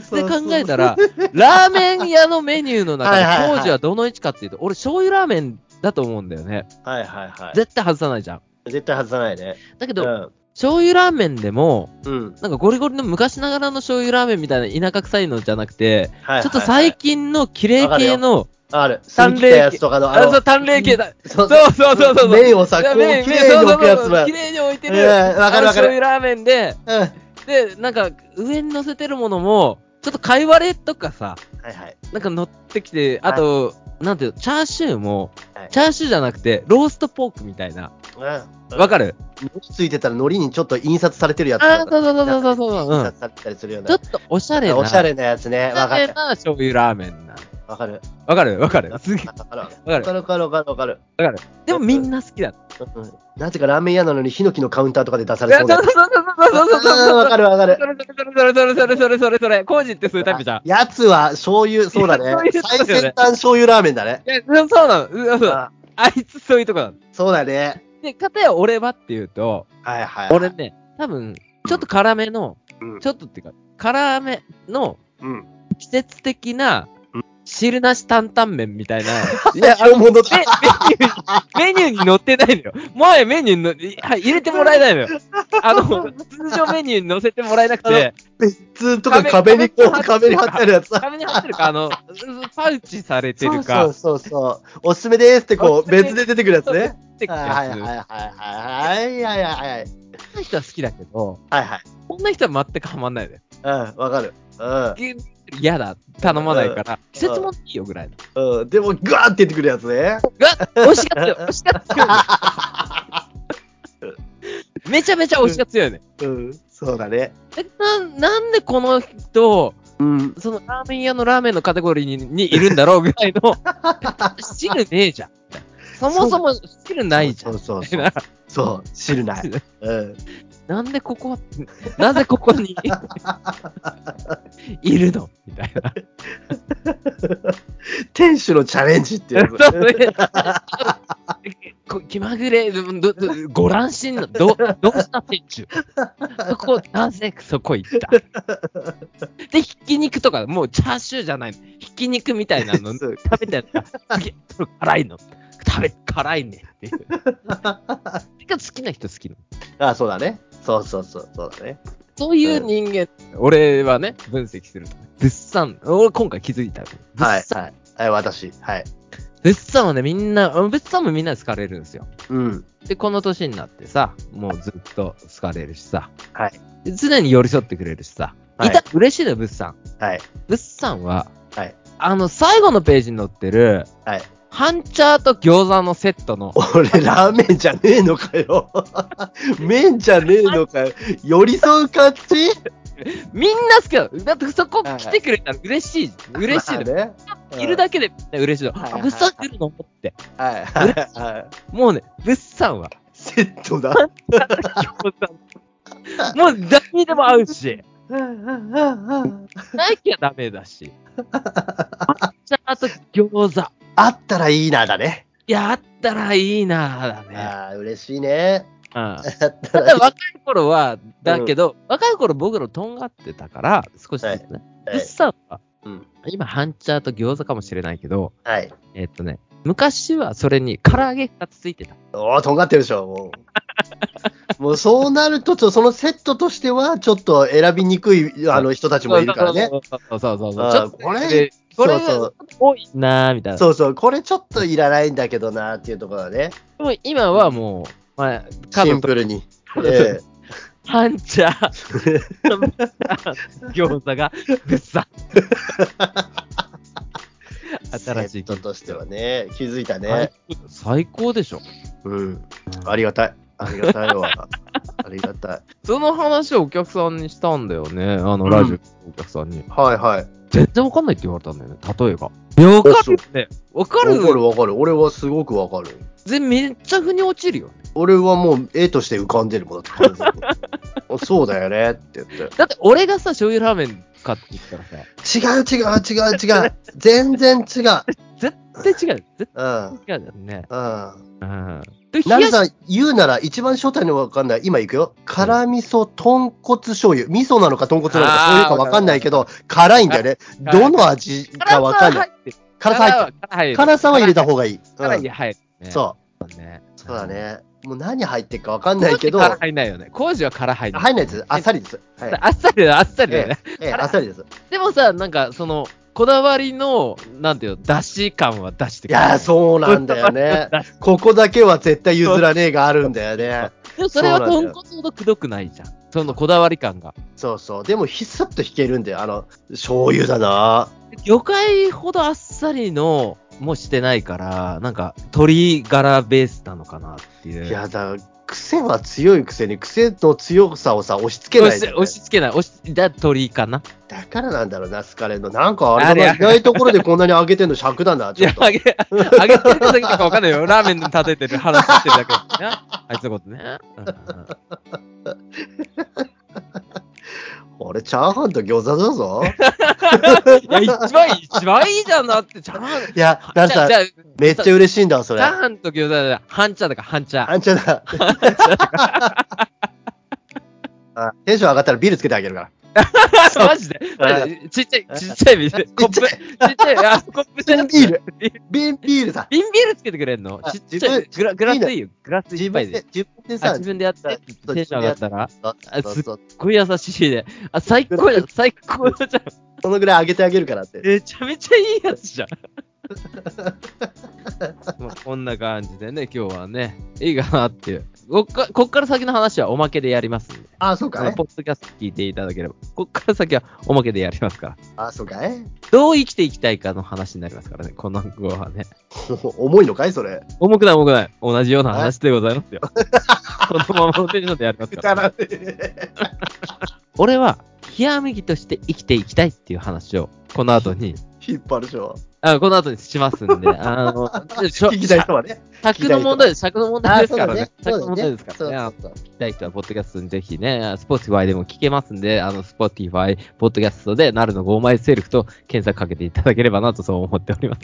S1: ねで考えたら、ラーメン屋のメニューの中
S2: はいはいは
S1: で
S2: い
S1: 当時はどの位置かっていうと、俺醤油ラーメンだと思うんだよね。
S2: はいはいはい。
S1: 絶対外さないじゃん。
S2: 絶対外さないね。
S1: だけ
S2: う
S1: ど、
S2: ん。
S1: 醤油ラーメンでも、
S2: うん。
S1: なんかゴリゴリの昔ながらの醤油ラーメンみたいな田舎臭いのじゃなくて、
S2: はい。
S1: ちょっと最近の綺麗系の、
S2: ある。
S1: 三
S2: 三
S1: 麗
S2: 麗やつとかの、
S1: あそう、淡麗系だ。
S2: そう
S1: そうそうそうそう。
S2: 麺をさ、
S1: い
S2: こ
S1: や
S2: う、綺
S1: 麺麺
S2: 麗に置くや
S1: そうそう
S2: つ
S1: そう
S2: だ。
S1: 綺麗に置いて
S2: うん
S1: る。
S2: わかるわか
S1: あの醤
S2: る。
S1: 油ラーメンで、
S2: うん。は
S1: で、なんか上に乗せてるものも、ちょっと貝割れとかさ、
S2: いはい。
S1: なんか乗ってきて、あと、なんていうの、チャーシューも、
S2: はい
S1: チャーシューじゃなくて、ローストポークみたいな。
S2: うん
S1: わかる
S2: 海苔ついてたら海苔にちょっと印刷されてるやつ
S1: あーそうそうそうそうそうそうう
S2: 印
S1: ん
S2: 刷されてたりするよう
S1: ちょ
S2: な
S1: っ。とおしゃれな。
S2: おしゃれなやつね。
S1: おし
S2: わ
S1: ゃ
S2: か
S1: れ
S2: る。
S1: な醤油ラーメンな。
S2: わかる。
S1: わかるわかる
S2: わか
S1: す
S2: る
S1: げえ
S2: わか
S1: わか
S2: る。わ
S1: る
S2: かるわかるわかるわかる。
S1: でもみんな好きだ。
S2: うんなぜかラーメン屋なのにヒノキのカウンターとかで出さ
S1: い
S2: れ
S1: や
S2: そ
S1: そうう
S2: な
S1: そうそうそうそうそう
S2: うんわ
S1: そう。
S2: かるわかる。
S1: それそれそれそれそれそれそれそれ。コージってそういうタイプじゃん。
S2: やつは醤油、そうだ
S1: いやそうい
S2: ね
S1: う。やつだ
S2: 最
S1: よね
S2: 先端醤油ラーメンだね。
S1: いや、そうそうなの。うんそう
S2: あ
S1: あいつそういうとこなの。
S2: そうだね。
S1: で、かたや俺はっていうと、
S2: はいはい。
S1: 俺ね、多分、ちょっと辛めの、
S2: うん
S1: ちょっとっていうか、辛めの
S2: うん。
S1: 季節的な
S2: うん
S1: 汁なし担々麺みたいな、
S2: いや、あのものだ。
S1: メメニューに載ってないのよ。前メニューにのいはい入れてもらえないのよ。あの、通常メニューに載せてもらえなくて、
S2: 別通とか壁にこう、壁
S1: 壁
S2: に
S1: に
S2: 貼
S1: 貼ってて
S2: っあ
S1: あ
S2: るやつ。
S1: 壁に貼ってるか、あの、パウチされて
S2: そ
S1: る
S2: うそ
S1: か
S2: う、そうそう。おすすめですって
S1: お
S2: こ
S1: す
S2: う、
S1: すめ
S2: 別で出てくるやつね。
S1: 出てくる
S2: はいはいはい
S1: や
S2: はいはいはいはいはい。
S1: つ。こんな人は好きだけど、
S2: はいはい。
S1: こんな人は全くハマんないで。
S2: うん、わかる。
S1: 嫌だ、頼まないから、季節もいいよぐらいの。
S2: うん。うん。でも、ぐわーって出てくるやつね。
S1: が、推しが強い、推しが強いのよ。めちゃめちゃ推しが強いね。
S2: うん。そうだね。
S1: えななんでこの人、
S2: うん。
S1: そのラーメン屋のラーメンのカテゴリーににいるんだろうぐらいの、汁ねえじゃん。そもそも汁ないじゃん。
S2: そうそうそう。そう、汁ない。うん。
S1: なんでここ、なぜここにいるのみたいな。
S2: 店主のチャレンジ ってやつ。
S1: こ気まぐれ、どどご乱心の、ど、どうした店主そこ、なぜそこ行ったで、ひき肉とか、もうチャーシューじゃないの。ひき肉みたいなの
S2: そう
S1: 食べたやつが、すげえ、それ辛いの。食べ、辛いねっていう。てか好きな人好きなの。
S2: あ、そうだね。そうそうそう、そうだね。
S1: そういう人間、俺はね、分析すると。物産、俺今回気づいた。
S2: はい
S1: 物。産
S2: はい。はい、私。はい。
S1: 物産はね、みんな、物産もみんな好かれるんですよ。
S2: うん。
S1: で、この年になってさ、もうずっと好かれるしさ。
S2: はい。
S1: で常に寄り添ってくれるしさ。
S2: はい
S1: いた、嬉しいのよ、物産。
S2: はい。
S1: 物産は、
S2: はい。
S1: あの、最後のページに載ってる、
S2: はい。
S1: ハンチャーと餃子のセットの、
S2: 俺、ラーメンじゃねえの かよ。麺じゃねえのかよ。寄り添う感じ
S1: みんな好きなの。だってそこ来てくれたら嬉しい。嬉しいのよ。
S2: ね。
S1: いるだけでみんな嬉しいの。
S2: はい
S1: あ、物産来るのって。
S2: け。はい。はいはい。
S1: もうね、物産は、
S2: セットだ。
S1: 餃子もう誰にでも合う し、ないきゃダメだし。ハンチャーと餃子。
S2: あったらいいな、だね。
S1: いや、あったらいいなぁ、だね。
S2: ああ、嬉しいね。
S1: うん。
S2: あった
S1: た
S2: らい
S1: だ若い頃は、だけど、若い頃僕らとんがってたから、少しずつね。
S2: い。は
S1: 物
S2: い
S1: 産は、
S2: うん
S1: 今、ハンチャーと餃子かもしれないけど、
S2: はい。
S1: えっとね、昔はそれに唐揚げがついてた。
S2: おお、とんがってるでしょ、も う。もうそうなると、ちょっとそのセットとしては、ちょっと選びにくいあの人たちもいるからね。
S1: そうそうそうそうそう。
S2: あー
S1: ちょっと
S2: これ
S1: でこれ
S2: そうそう
S1: 多いなーみたいな。
S2: そうそう、これちょっといらないんだけどなっていうところだね。
S1: でも今はもう、まあ、家
S2: シン
S1: 族と
S2: プルに。
S1: 家族
S2: え
S1: ハンチャ ー、餃子が物産。
S2: え
S1: 新しい
S2: セットとしてはね、気づいたね。
S1: 最高最高でしょ。
S2: うん。ありがたい。ありがたい わ。ありがたい。
S1: その話をお客さんにしたんだよね。あの、ラジオのお客さんに。
S2: はいはい。
S1: 全然わかんないって言われたんだよね。例えば。
S3: よ
S2: かるよ
S1: ね。わか
S2: わ
S1: る
S2: かるわかる。俺はすごくわかる。
S1: 全然めっちゃ腑に落ちるよね。
S2: 俺はもう絵として浮かんでるもんだって完全 にあそうだよねって言って。
S1: だって俺がさ、醤油ラーメン買ってきたらさ、
S2: 違う違う違う違 う。全然違う。
S1: 絶対違う。絶対違
S2: うん。
S1: うじゃんね。
S2: うん。
S1: うん。で、
S2: な
S1: 冷やし、
S2: るさん、言うなら一番初対のわかんない。今行くよ。辛味噌、豚骨醤油。味噌なのか豚骨なのか、
S1: あー
S2: そういうかわかんないけど、辛いんだよね。
S1: 辛い
S2: どの味かわかんない。
S1: い。
S2: 辛さ入ってる。
S1: 入
S2: 辛さは入れた
S1: が
S2: 方がいい。
S1: 辛
S2: うん
S1: い入る。ね。
S2: そう
S1: ね。
S2: う。そうだね。もう何入ってるかわかんない
S1: コー
S2: け
S1: ジ
S2: ど、
S1: 辛
S2: 入
S1: 入んないよね。工事は辛入んない。
S2: んないです。あっさりです。はい
S1: あっさりだよ、あっさりだよね。
S2: ええ、あっさりです。
S1: でもさ、なんかその、こだわりの、なんていうの、出汁感は出して
S2: いやー、そうなんだよ ね。ここだけは絶対譲らねえがあるんだよね。
S1: でもそれは
S2: そうなんだ
S1: 豚
S2: よ
S1: 骨ほどくどくないじゃん。そのこだわり感が。
S2: そうそう。でも、ひっさっと弾けるんだよ。あの、醤油だな。
S1: 魚介ほどあっさりの、もしてないから、なんか、鶏ガラベースなのかなっていう。
S2: いや、だ、癖は強いくせに、癖の強さをさ、押し付けな
S1: 押
S2: いん
S1: し
S2: だよね、
S1: 押し付けない。押し、だ、鶏かな。
S2: だからなんだろうな、好かれんの。なんかあれ
S1: あ
S2: だ
S1: れ
S2: な、いないところでこんなに上げてんの尺だな、
S1: い
S2: ちょ
S1: や
S2: っ、と。
S1: あげ、あげてるだけかわかんないよ。ラーメンで立ててる、腹立ってるだ けだね。あいつのことね。うんうん
S2: 俺、チャーハンと餃子だ ぞ。
S1: いや、一番いい、一番いいじゃんだって、チャーハン。
S2: いや、だってさ
S1: じゃあ、じゃあ
S2: めっちゃ嬉しいんだわ、そ
S1: チ
S2: れ。
S1: ャー
S2: あ
S1: ハンと餃子だ、半チャだから半チャ。
S2: んちゃん だ。あテンション上がったらビールつけてあげるから。
S1: マジでマジでちっちゃい、ちっちゃい水。コップ、ちっちゃい、あ、コップじゃなくて
S2: ビール。ビンビールさ。
S1: 瓶ビールつけてくれんの
S2: あ
S1: ちっちゃい。
S2: 自分
S1: グラグラスいいよ。グラス
S2: 自
S1: 一杯
S2: 分
S1: で
S2: で。、自分で
S1: あ
S2: さ、
S1: 自分でやって、テ
S2: そう
S1: ンション上がったら、す
S2: そう
S1: あ
S2: そう
S1: す
S2: そう
S1: っごい優しいで。あ、最高じゃん、最高じゃん。
S2: そのぐらい上げてあげるからって。
S1: めちゃめちゃいいやつじゃん。まあこんな感じでね、今日はね、いいかなっていう。こっかこっから先の話はおまけでやりますんで。
S2: あ、そう
S1: あ
S2: か
S1: の
S2: い
S1: ポッドキャスト聞いていただければ。こっから先はおまけでやりますから。
S2: あ、そうかい
S1: どう生きていきたいかの話になりますからね、この後はね。
S2: 重いのかいそれ。
S1: 重くない重くない。同じような話でございますよ。 このままのテンションでやり ますから、俺は、極めきとして生きていきたいっていう話を、この後に、
S2: 引っ張るでしょ。
S1: あこの後にしますんで、あの、しょ
S2: 聞きたい人はね。
S1: 尺の問題です、尺の問題です
S2: そう
S1: か
S2: だ
S1: らね。
S2: そ
S1: 尺
S2: う
S1: の
S2: だ
S1: 問題ですか
S2: そ
S1: ら
S2: う
S1: ね。あの
S2: そうそう
S1: 聞きたい人は、ポッドキャストにぜひね、スポーティファイでも聞けますんで、あの、スポーティファイ、ポッドキャストで、なるのゴーマイセルフと検索かけていただければなと、そう思っております。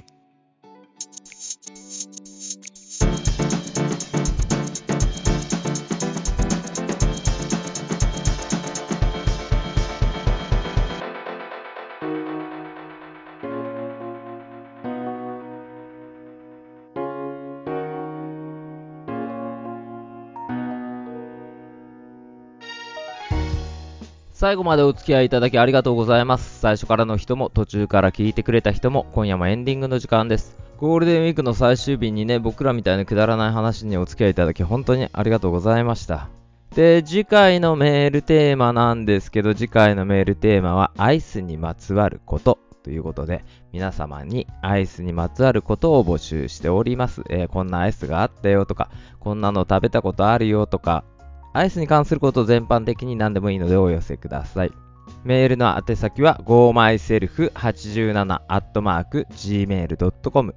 S3: 最後までお付き合いいただきありがとうございます。最初からの人も途中から聞いてくれた人も今夜もエンディングの時間です。ゴールデンウィークの最終日にね、僕らみたいなくだらない話にお付き合いいただき本当にありがとうございました。で、次回のメールテーマなんですけど、次回のメールテーマはアイスにまつわることということで、皆様にアイスにまつわることを募集しております。えーこんなアイスがあったよとか、こんなの食べたことあるよとか、アイスに関すること全般的に何でもいいのでお寄せください。メールの宛先は gomyself87-gmail.com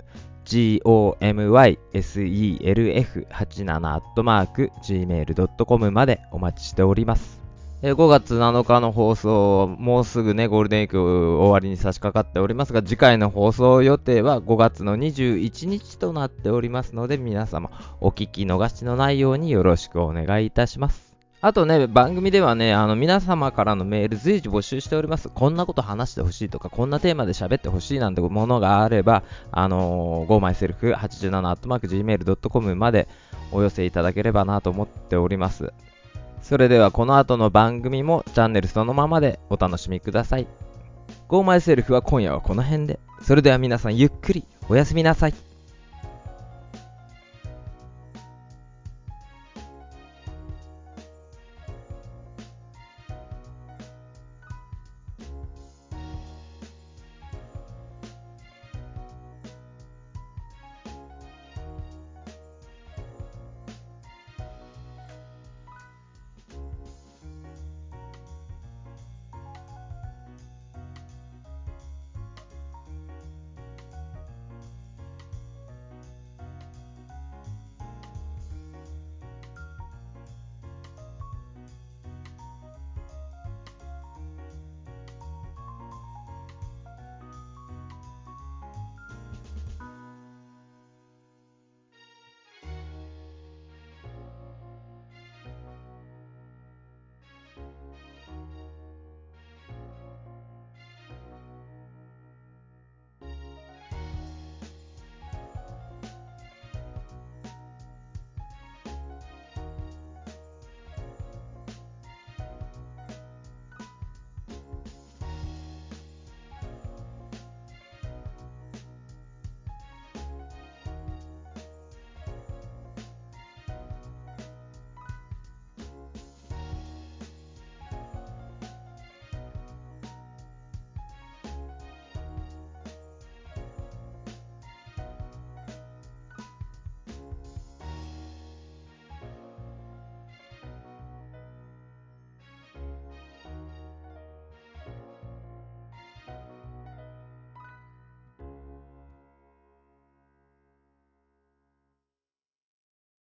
S3: gomyself87-gmail.com までお待ちしております。えー5月7日の放送、もうすぐね、ゴールデンウィーク終わりに差し掛かっておりますが、次回の放送予定は5月の21日となっておりますので、皆様お聞き逃しのないようによろしくお願いいたします。あとね、番組ではね、あの、皆様からのメール随時募集しております。こんなこと話してほしいとか、こんなテーマで喋ってほしいなんてものがあれば、あのー、gomyself87-gmail.com までお寄せいただければなと思っております。それでは、この後の番組もチャンネルそのままでお楽しみください。GoMyself は今夜はこの辺で。それでは皆さんゆっくりおやすみなさい。